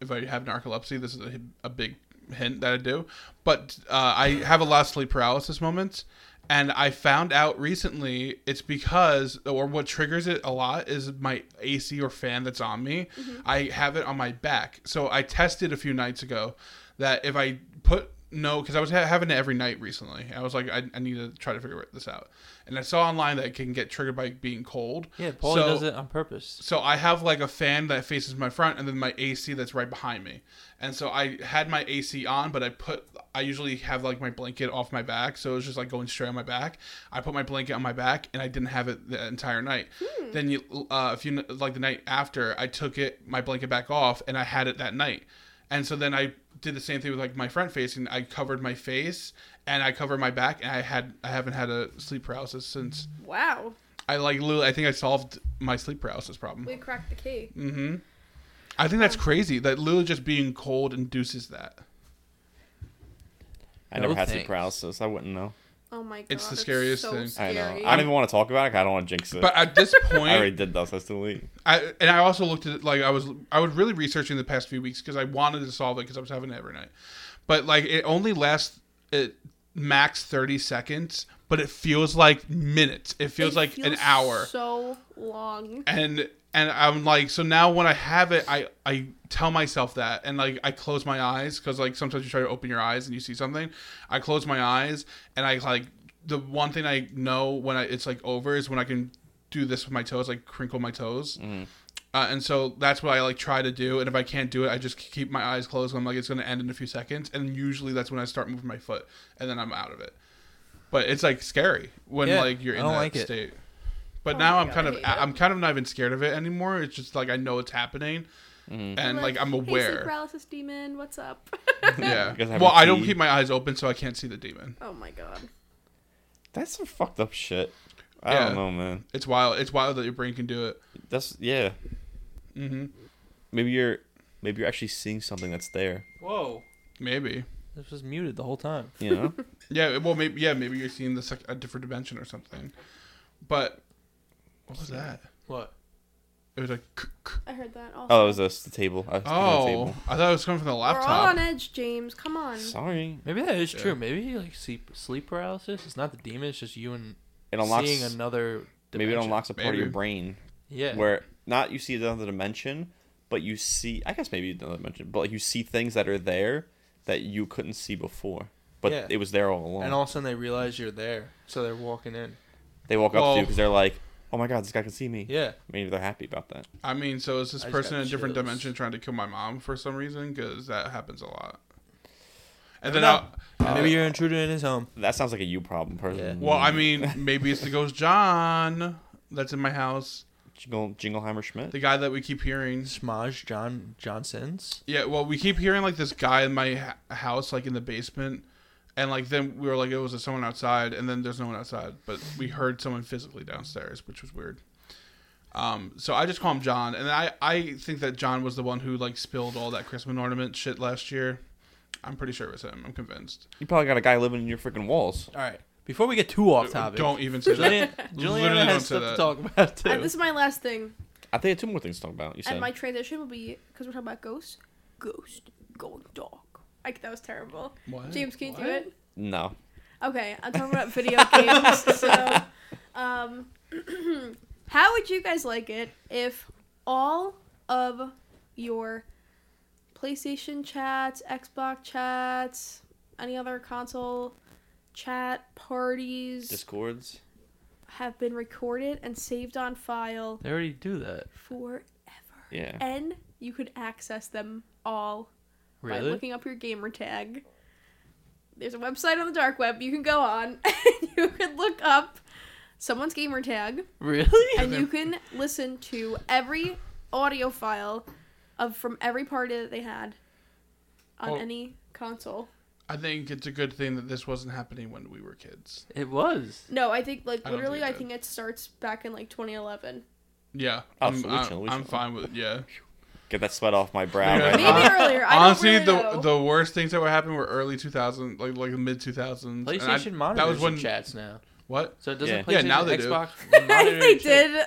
if I have narcolepsy, this is a, a big hint that I do. But uh, I have a lot of sleep paralysis moments, and I found out recently it's because or what triggers it a lot is my AC or fan that's on me. I have it on my back, so I tested a few nights ago that if I put no, because I was ha- having it every night recently. I was like, I, I need to try to figure this out, and I saw online that it can get triggered by being cold. Yeah, Paul So- does it on purpose. so I have like a fan that faces my front and then my AC that's right behind me. And so I had my AC on, but I put I usually have like my blanket off my back, so it was just like going straight on my back. I put my blanket on my back and I didn't have it the entire night. Then you uh if you like the night after, I took it my blanket back off and I had it that night. And so then I did the same thing with like my front face and I covered my face and I covered my back and I had I haven't had a sleep paralysis since Wow. I like literally I think I solved my sleep paralysis problem. We cracked the key. Mm-hmm. I think that's crazy that literally just being cold induces that. I never No had sleep thanks. paralysis. I wouldn't know. Oh my god. It's the that's scariest so thing. I know. I Scary. know. I don't even want to talk about it. 'cause I don't want to jinx it. But at this I already point, did those. That's delete. I and I also looked at it like I was I was really researching the past few weeks because I wanted to solve it because I was having it every night, but like it only lasts it max thirty seconds, but it feels like minutes. It feels It like an feels hour. So long. and and I'm like, so now when I have it, I I tell myself that, and like I close my eyes because like sometimes you try to open your eyes and you see something. I close my eyes and I like the one thing I know when I, it's like over is when I can do this with my toes, like crinkle my toes. Mm. Uh, and so that's what I like try to do, and if I can't do it, I just keep my eyes closed. I'm like, it's gonna end in a few seconds, and usually that's when I start moving my foot, and then I'm out of it. But it's like scary when Yeah, like you're I in don't that like it. state. But Oh now my I'm God, kind I of hate it. I'm kind of not even scared of it anymore. It's just like I know it's happening, Mm-hmm. and like, I'm Hey, sleep aware. paralysis demon, what's up? yeah. Because I well, haven't I don't seen- keep my eyes open, so I can't see the demon. oh my god. That's some fucked up shit. I Yeah. don't know, man. It's wild. It's wild that your brain can do it. That's yeah. hmm Maybe you're maybe you're actually seeing something that's there. Whoa, Maybe. this was muted the whole time. You know. Yeah. Well, maybe. Yeah. Maybe you're seeing this like a different dimension or something. But what was that? What? It was like. I heard that also. oh, it was this the table. I was thinking of the Oh, table. I thought it was coming from the We're all on laptop. edge, James. Come on. Sorry. Maybe that is Yeah. true. Maybe like sleep sleep paralysis. It's not the demon. It's just you and It unlocks. seeing another. maybe it dimension. unlocks a part of your Maybe. brain Yeah. where not you see another dimension, but you see. I guess maybe another dimension, but like you see things that are there that you couldn't see before. But Yeah. it was there all along. and all of a sudden they realize you're there, so they're walking in. they walk up Well- to you because they're like, "Oh my god, this guy can see me." Yeah. Maybe they're happy about that. I mean, so is this I just person in got a different chills. dimension trying to kill my mom for some reason? Because that happens a lot. And Never then know. I'll, Uh, maybe you're an intruder in his home. That sounds like a you problem, person. Yeah. Well, I mean, maybe it's the ghost John that's in my house. Jingle, Jingleheimer Schmidt. The guy that we keep hearing. Smaj John Johnson's. Yeah, well, we keep hearing like this guy in my ha- house, like in the basement, and like then we were like, it was someone outside, and then there's no one outside, but we heard someone physically downstairs, which was weird. Um, so I just call him John, and I I think that John was the one who like spilled all that Christmas ornament shit last year. I'm pretty sure it was him. I'm convinced. You probably got a guy living in your freaking walls. All right. Before we get too off topic, Uh, Don't even say that. Julian, Julian Literally don't has say stuff that. to talk about too. Uh, this is my last thing, I think I had two more things to talk about. You said. and my transition will be because we're talking about ghosts. Ghost going dark. Like that was terrible. What? James, can you do What? it? No. Okay, I'm talking about video games. So, um, how would you guys like it if all of your PlayStation chats, Xbox chats, any other console chat parties Discords. have been recorded and saved on file They already do that. forever? Yeah. And you could access them all by Really? looking up your gamer tag. There's a website on the dark web you can go on and you can look up someone's gamer tag Really? and you can listen to every audio file of from every party that they had on Oh. any console. I think it's a good thing that this wasn't happening when we were kids. It was. No, I think like I don't literally, think I that- think it starts back in like 2011, Yeah, Absolutely, I'm, chill, I'm, we I'm chill. fine with yeah. Get that sweat off my brow. Yeah. Right maybe now. Hon- earlier. I Honestly, don't really the know. the worst things that were happening were early 2000s, like like mid 2000s. and I- PlayStation monitors That was when chats now. what So it doesn't Yeah. PlayStation Yeah, now they do. Xbox if they did,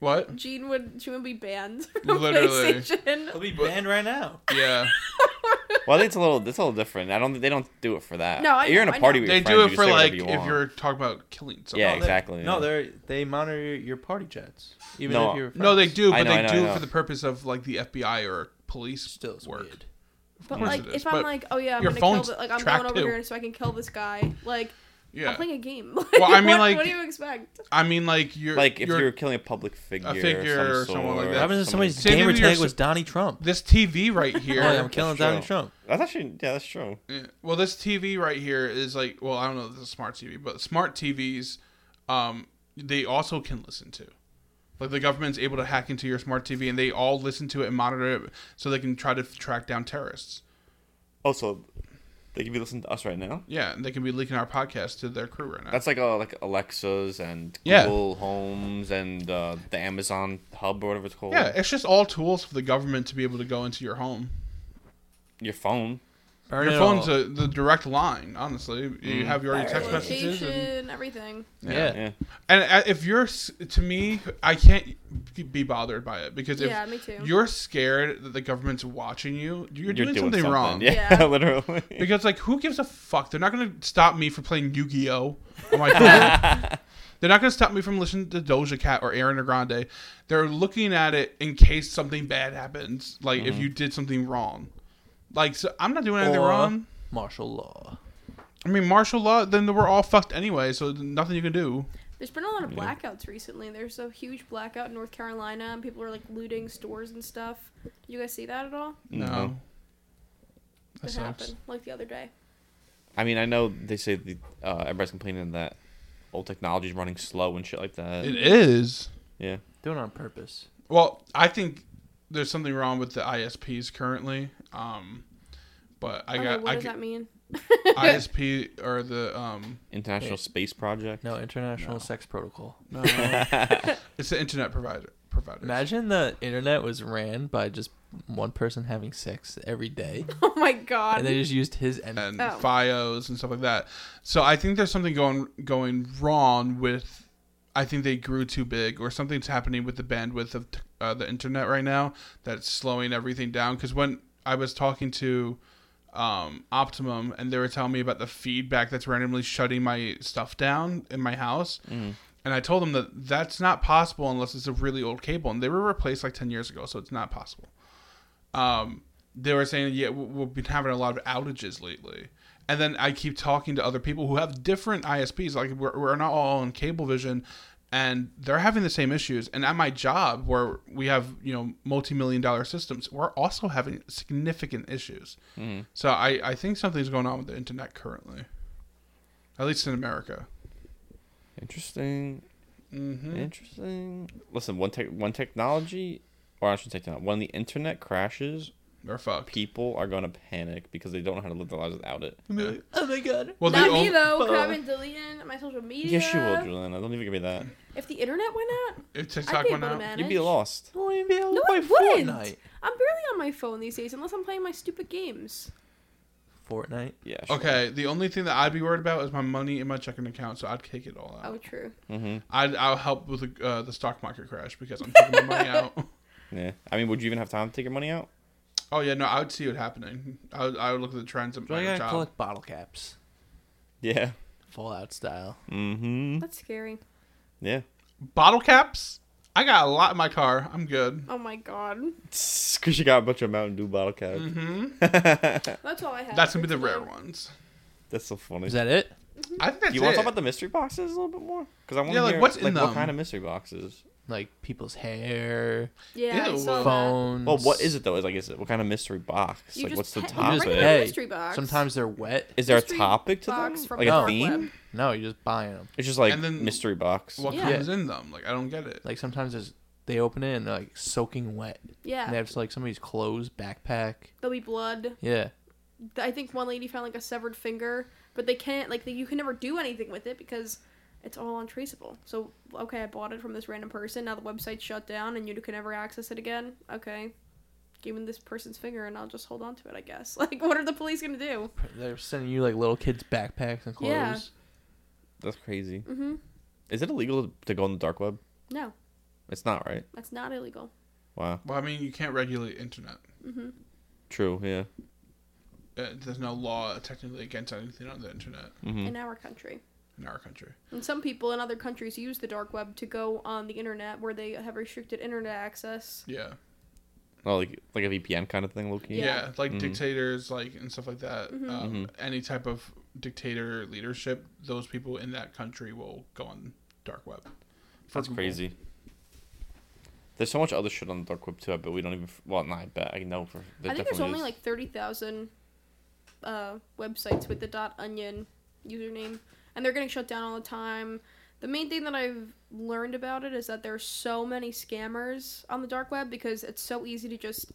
what Jean would she would be banned from Literally. will PlayStation. be banned right now. yeah. Well, I think it's a little. It's a little different. I don't. They don't do it for that. No, I you're know, in I a party know. with they do your friends. it you for say whatever like you if want. you're talking about killing someone. Yeah, They- exactly, No, yeah. they they monitor your party chats, even No. if you're No, they friends. do, I but know, they I know, I do know. for the purpose of like the FBI or police Still it's work. weird. But course like, it is, if I'm but like, oh yeah, I'm your gonna kill, phone's the, like I'm tracked going over too. here so I can kill this guy. Like, I'm Yeah, playing a game. Like, Well, I mean, what, like- what do you expect? I mean like you're like if you're- you're killing a public figure, a figure of or some someone like sort, that. What happens if somebody's Same gamer with your tag s- was Donnie Trump? this TV right here. Oh, yeah, I'm killing That's Donnie true. Trump. That's actually yeah, that's true. Yeah. Well, this TV right here is like, well, I don't know, if this is a smart TV, but smart TVs, um, they also can listen to. Like the government's able to hack into your smart TV, and they all listen to it and monitor it, so they can try to f- track down terrorists. Also, Oh, they could be listening to us right now. Yeah, and they can be leaking our podcast to their crew right now. That's like uh, like Alexas and Yeah. Google Homes and uh, the Amazon Hub or whatever it's called. yeah, it's just all tools for the government to be able to go into your home. Your phone. Burn your it phone's all. a, the direct line, honestly. You have your text messages. And, Location, everything. yeah. Yeah. And uh, if you're, s- to me, I can't be bothered by it because if Yeah, me too. you're scared that the government's watching you, you're, doing, something, wrong. Yeah, Yeah. literally. Because like, who gives a fuck? They're not gonna stop me from playing Yu-Gi-Oh on my phone. They're not gonna stop me from listening to Doja Cat or Aaron Grande. They're looking at it in case something bad happens. Like if you did something wrong. Like so, I'm not doing anything Or- wrong. Martial law. I mean, martial law. Then we're all fucked anyway. So nothing you can do. There's been a lot of blackouts recently. There's a huge blackout in North Carolina, and people are like looting stores and stuff. Did you guys see that at all? No. No. That It sucks. happened like the other day. I mean, I know they say the, uh, everybody's complaining that old technology's running slow and shit like that. It is. yeah. Doing it on purpose. Well, I think there's something wrong with the ISPs currently. Um, but I I got Oh, what I does got that mean? ISP or the um International Yeah. Space Project. No, international sex protocol. no, it's the internet provider provider. Imagine the internet was ran by just one person having sex every day, Oh my god. and they just used his end. and Oh. FiOS and stuff like that. So I think there's something going going wrong with. I think they grew too big, or something's happening with the bandwidth of t- uh, the internet right now that's slowing everything down. Because when I was talking to um, Optimum, and they were telling me about the feedback that's randomly shutting my stuff down in my house. And I told them that that's not possible unless it's a really old cable, and they were replaced like ten years ago, so it's not possible um, they were saying, yeah, we- we've been having a lot of outages lately. And then I keep talking to other people who have different ISPs. Like, we're, we're not all on Cablevision, and they're having the same issues. And at my job, where we have, you know, multi million dollar systems, we're also having significant issues. Hmm, So I, I think something's going on with the internet currently, at least in America. Interesting. Mm-hmm. Interesting. Listen, one tech, one technology, or I should say, technology, when the internet crashes, They're fucked. people are gonna panic because they don't know how to live their lives without it. Oh my god. Well, Not the me on- though, 'cause I've Oh. been deleting my social media. Yes, you will, Juliana. Don't even give me that. If the internet went out, if I'd TikTok be went able to out. manage. You'd be lost. I won't even be able to No, play I wouldn't. Fortnite. I'm barely on my phone these days unless I'm playing my stupid games. Fortnite. Yeah. Okay, the only thing that I'd be worried about is my money in my checking account, so I'd kick it all out. Oh, true. hmm I'd, I'll help with the, uh, the stock market crash because I'm taking my money out. Yeah. I mean, would you even have time to take your money out? Oh yeah, no, I would see it happening. I would, I would look at the trends at Do I my gotta job. collect bottle caps? Yeah. Fallout style. Mm-hmm. That's scary. Yeah. Bottle caps. I got a lot in my car. I'm good. Oh my god. Cause you got a bunch of Mountain Dew bottle caps. hmm Mm-hmm. That's all I have. That's for gonna be the today. rare ones. That's so funny. Is that it? I think that's Do you it. want to talk about the mystery boxes a little bit more? Because I want to Yeah, like, hear what's in like what them? kind of mystery boxes. Like people's hair, Yeah, Ew. I saw phones. Well, what is it though? Is like, is it what kind of mystery box? that. You like, just what's the pet- You topic? just regular pay. mystery box. Sometimes they're wet. Is there a mystery topic to box them? from Like the a dark theme? web. No, you're just buying them. It's just like And then- mystery box. what Yeah. comes in them. Like I don't get it. Like sometimes there's they open it and they're like soaking wet. And they Yeah, have like somebody's clothes, backpack. there'll be blood. Yeah. th- I think one lady found like a severed finger, but they can't like they, you can never do anything with it because it's all untraceable. So okay, I bought it from this random person. Now the website's shut down and you can never access it again. Okay, give me this person's finger and I'll just hold on to it. I guess. Like, what are the police gonna do? They're sending you like little kids backpacks and clothes. Yeah. That's crazy. Mm-hmm. Is it illegal to go on the dark web? No, It's not, right? that's not illegal. Wow. Well, I mean, you can't regulate internet. Mm-hmm. True. Yeah. Uh, there's no law technically against anything on the internet hmm In our country. in our country. And some people in other countries use the dark web to go on the internet where they have restricted internet access. Yeah. Oh, like like a VPN kind of thing, low key. Yeah, Yeah. like Mhm. dictators, like and stuff like that. Mhm. Um, Mm-hmm. Any type of dictator leadership, those people in that country will go on dark web. For That's Google. crazy. There's so much other shit on the dark web too. I bet we don't even. Well, not I bet. I know for. There I think there's definitely only is. like 30,000 uh, websites with the dot .onion username. And they're getting shut down all the time. The main thing that I've learned about it is that there's so many scammers on the dark web because it's so easy to just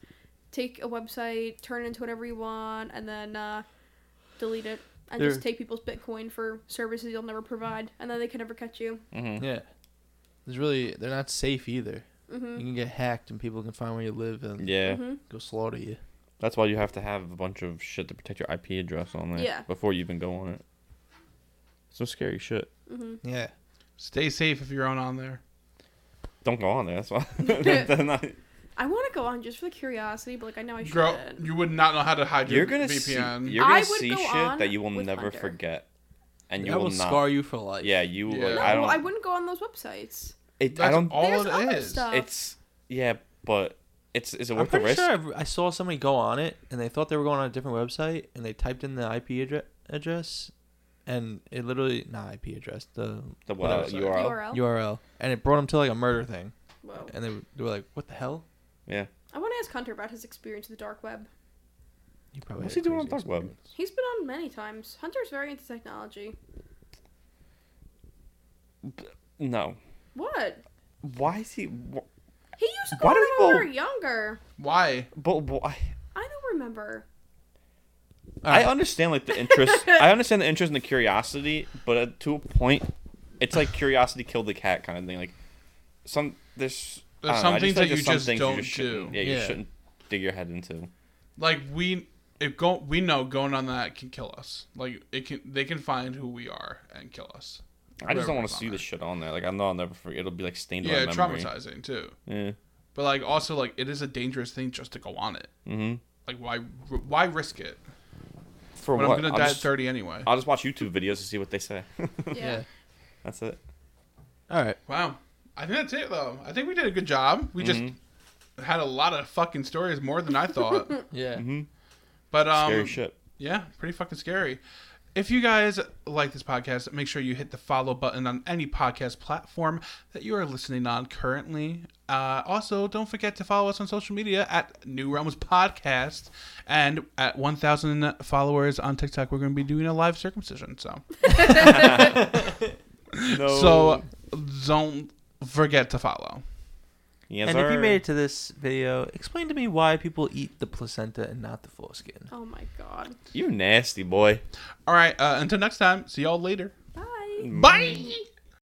take a website, turn it into whatever you want, and then uh, delete it. And just There- take people's Bitcoin for services you'll never provide, and then they can never catch you. Mhm. Yeah. It's really they're not safe either. hmm You can get hacked and people can find where you live and Yeah. hmm go slaughter you. That's why you have to have a bunch of shit to protect your IP address on there Yeah. before you even go on it. Some scary shit. hmm Yeah. Stay safe if you're on on there. Don't go on there. That's why. They're not- I want to go on just for the curiosity, but like I know I Girl, shouldn't. you would not know how to hide you're your gonna see. VPN. You're gonna I would see go shit on that you will with never Hunter. forget, and you that will, will not. scar you for life. Yeah, you. Yeah. Like, No, I don't. I wouldn't go on those websites. it, I That's don't. all There's it other is. stuff. It's yeah, but it's is it I'm worth the pretty risk? sure I've- i saw somebody go on it and they thought they were going on a different website and they typed in the IP address, address and it literally not IP address the The Whatever uh, site. URL. URL. URL and it brought them to like a murder thing Whoa. and they were, they were like what the hell Yeah. I want to ask Hunter about his experience with the dark web. you probably What's had he doing on crazy dark web? experience. He's been on many times. Hunter's very into technology. No. What? Why is he? Wh- He used to go Why on do it when we were people- younger. Why? but why? I don't remember. Alright. I understand like the interest. I understand the interest and the curiosity, but uh, to a point, it's like curiosity killed the cat kind of thing. Like some there's, I There's don't some know, I things feel like that there's you some just things don't shouldn't- do. Yeah, you Yeah. shouldn't dig your head into. Like we, if go, we know going on that can kill us. Like it can, they can find who we are and kill us. I Whatever just don't want is to on see there. this shit on there. Like I know I'll never forget. It'll be like stained Yeah, in my memory. traumatizing too. Yeah. But like also like it is a dangerous thing just to go on it. Mm-hmm. Like why, why risk it? For When what? I'm gonna I'll die just- at 30 anyway. I'll just watch YouTube videos to see what they say. Yeah. That's it. all right Wow. I think that's it though. I think we did a good job. We Mm-hmm. just had a lot of fucking stories, more than I thought. yeah hmm but um, Scary shit. yeah, pretty fucking scary. If you guys like this podcast, make sure you hit the follow button on any podcast platform that you are listening on currently. Uh, also, don't forget to follow us on social media at New Realms Podcast. And at 1,000 followers on TikTok, we're going to be doing a live circumcision. So, No. so don't forget to follow. yes, and if you sir. made it to this video explain to me why people eat the placenta and not the foreskin Oh my god. you nasty boy. All right. Uh, until next time, see y'all later. Bye. Bye.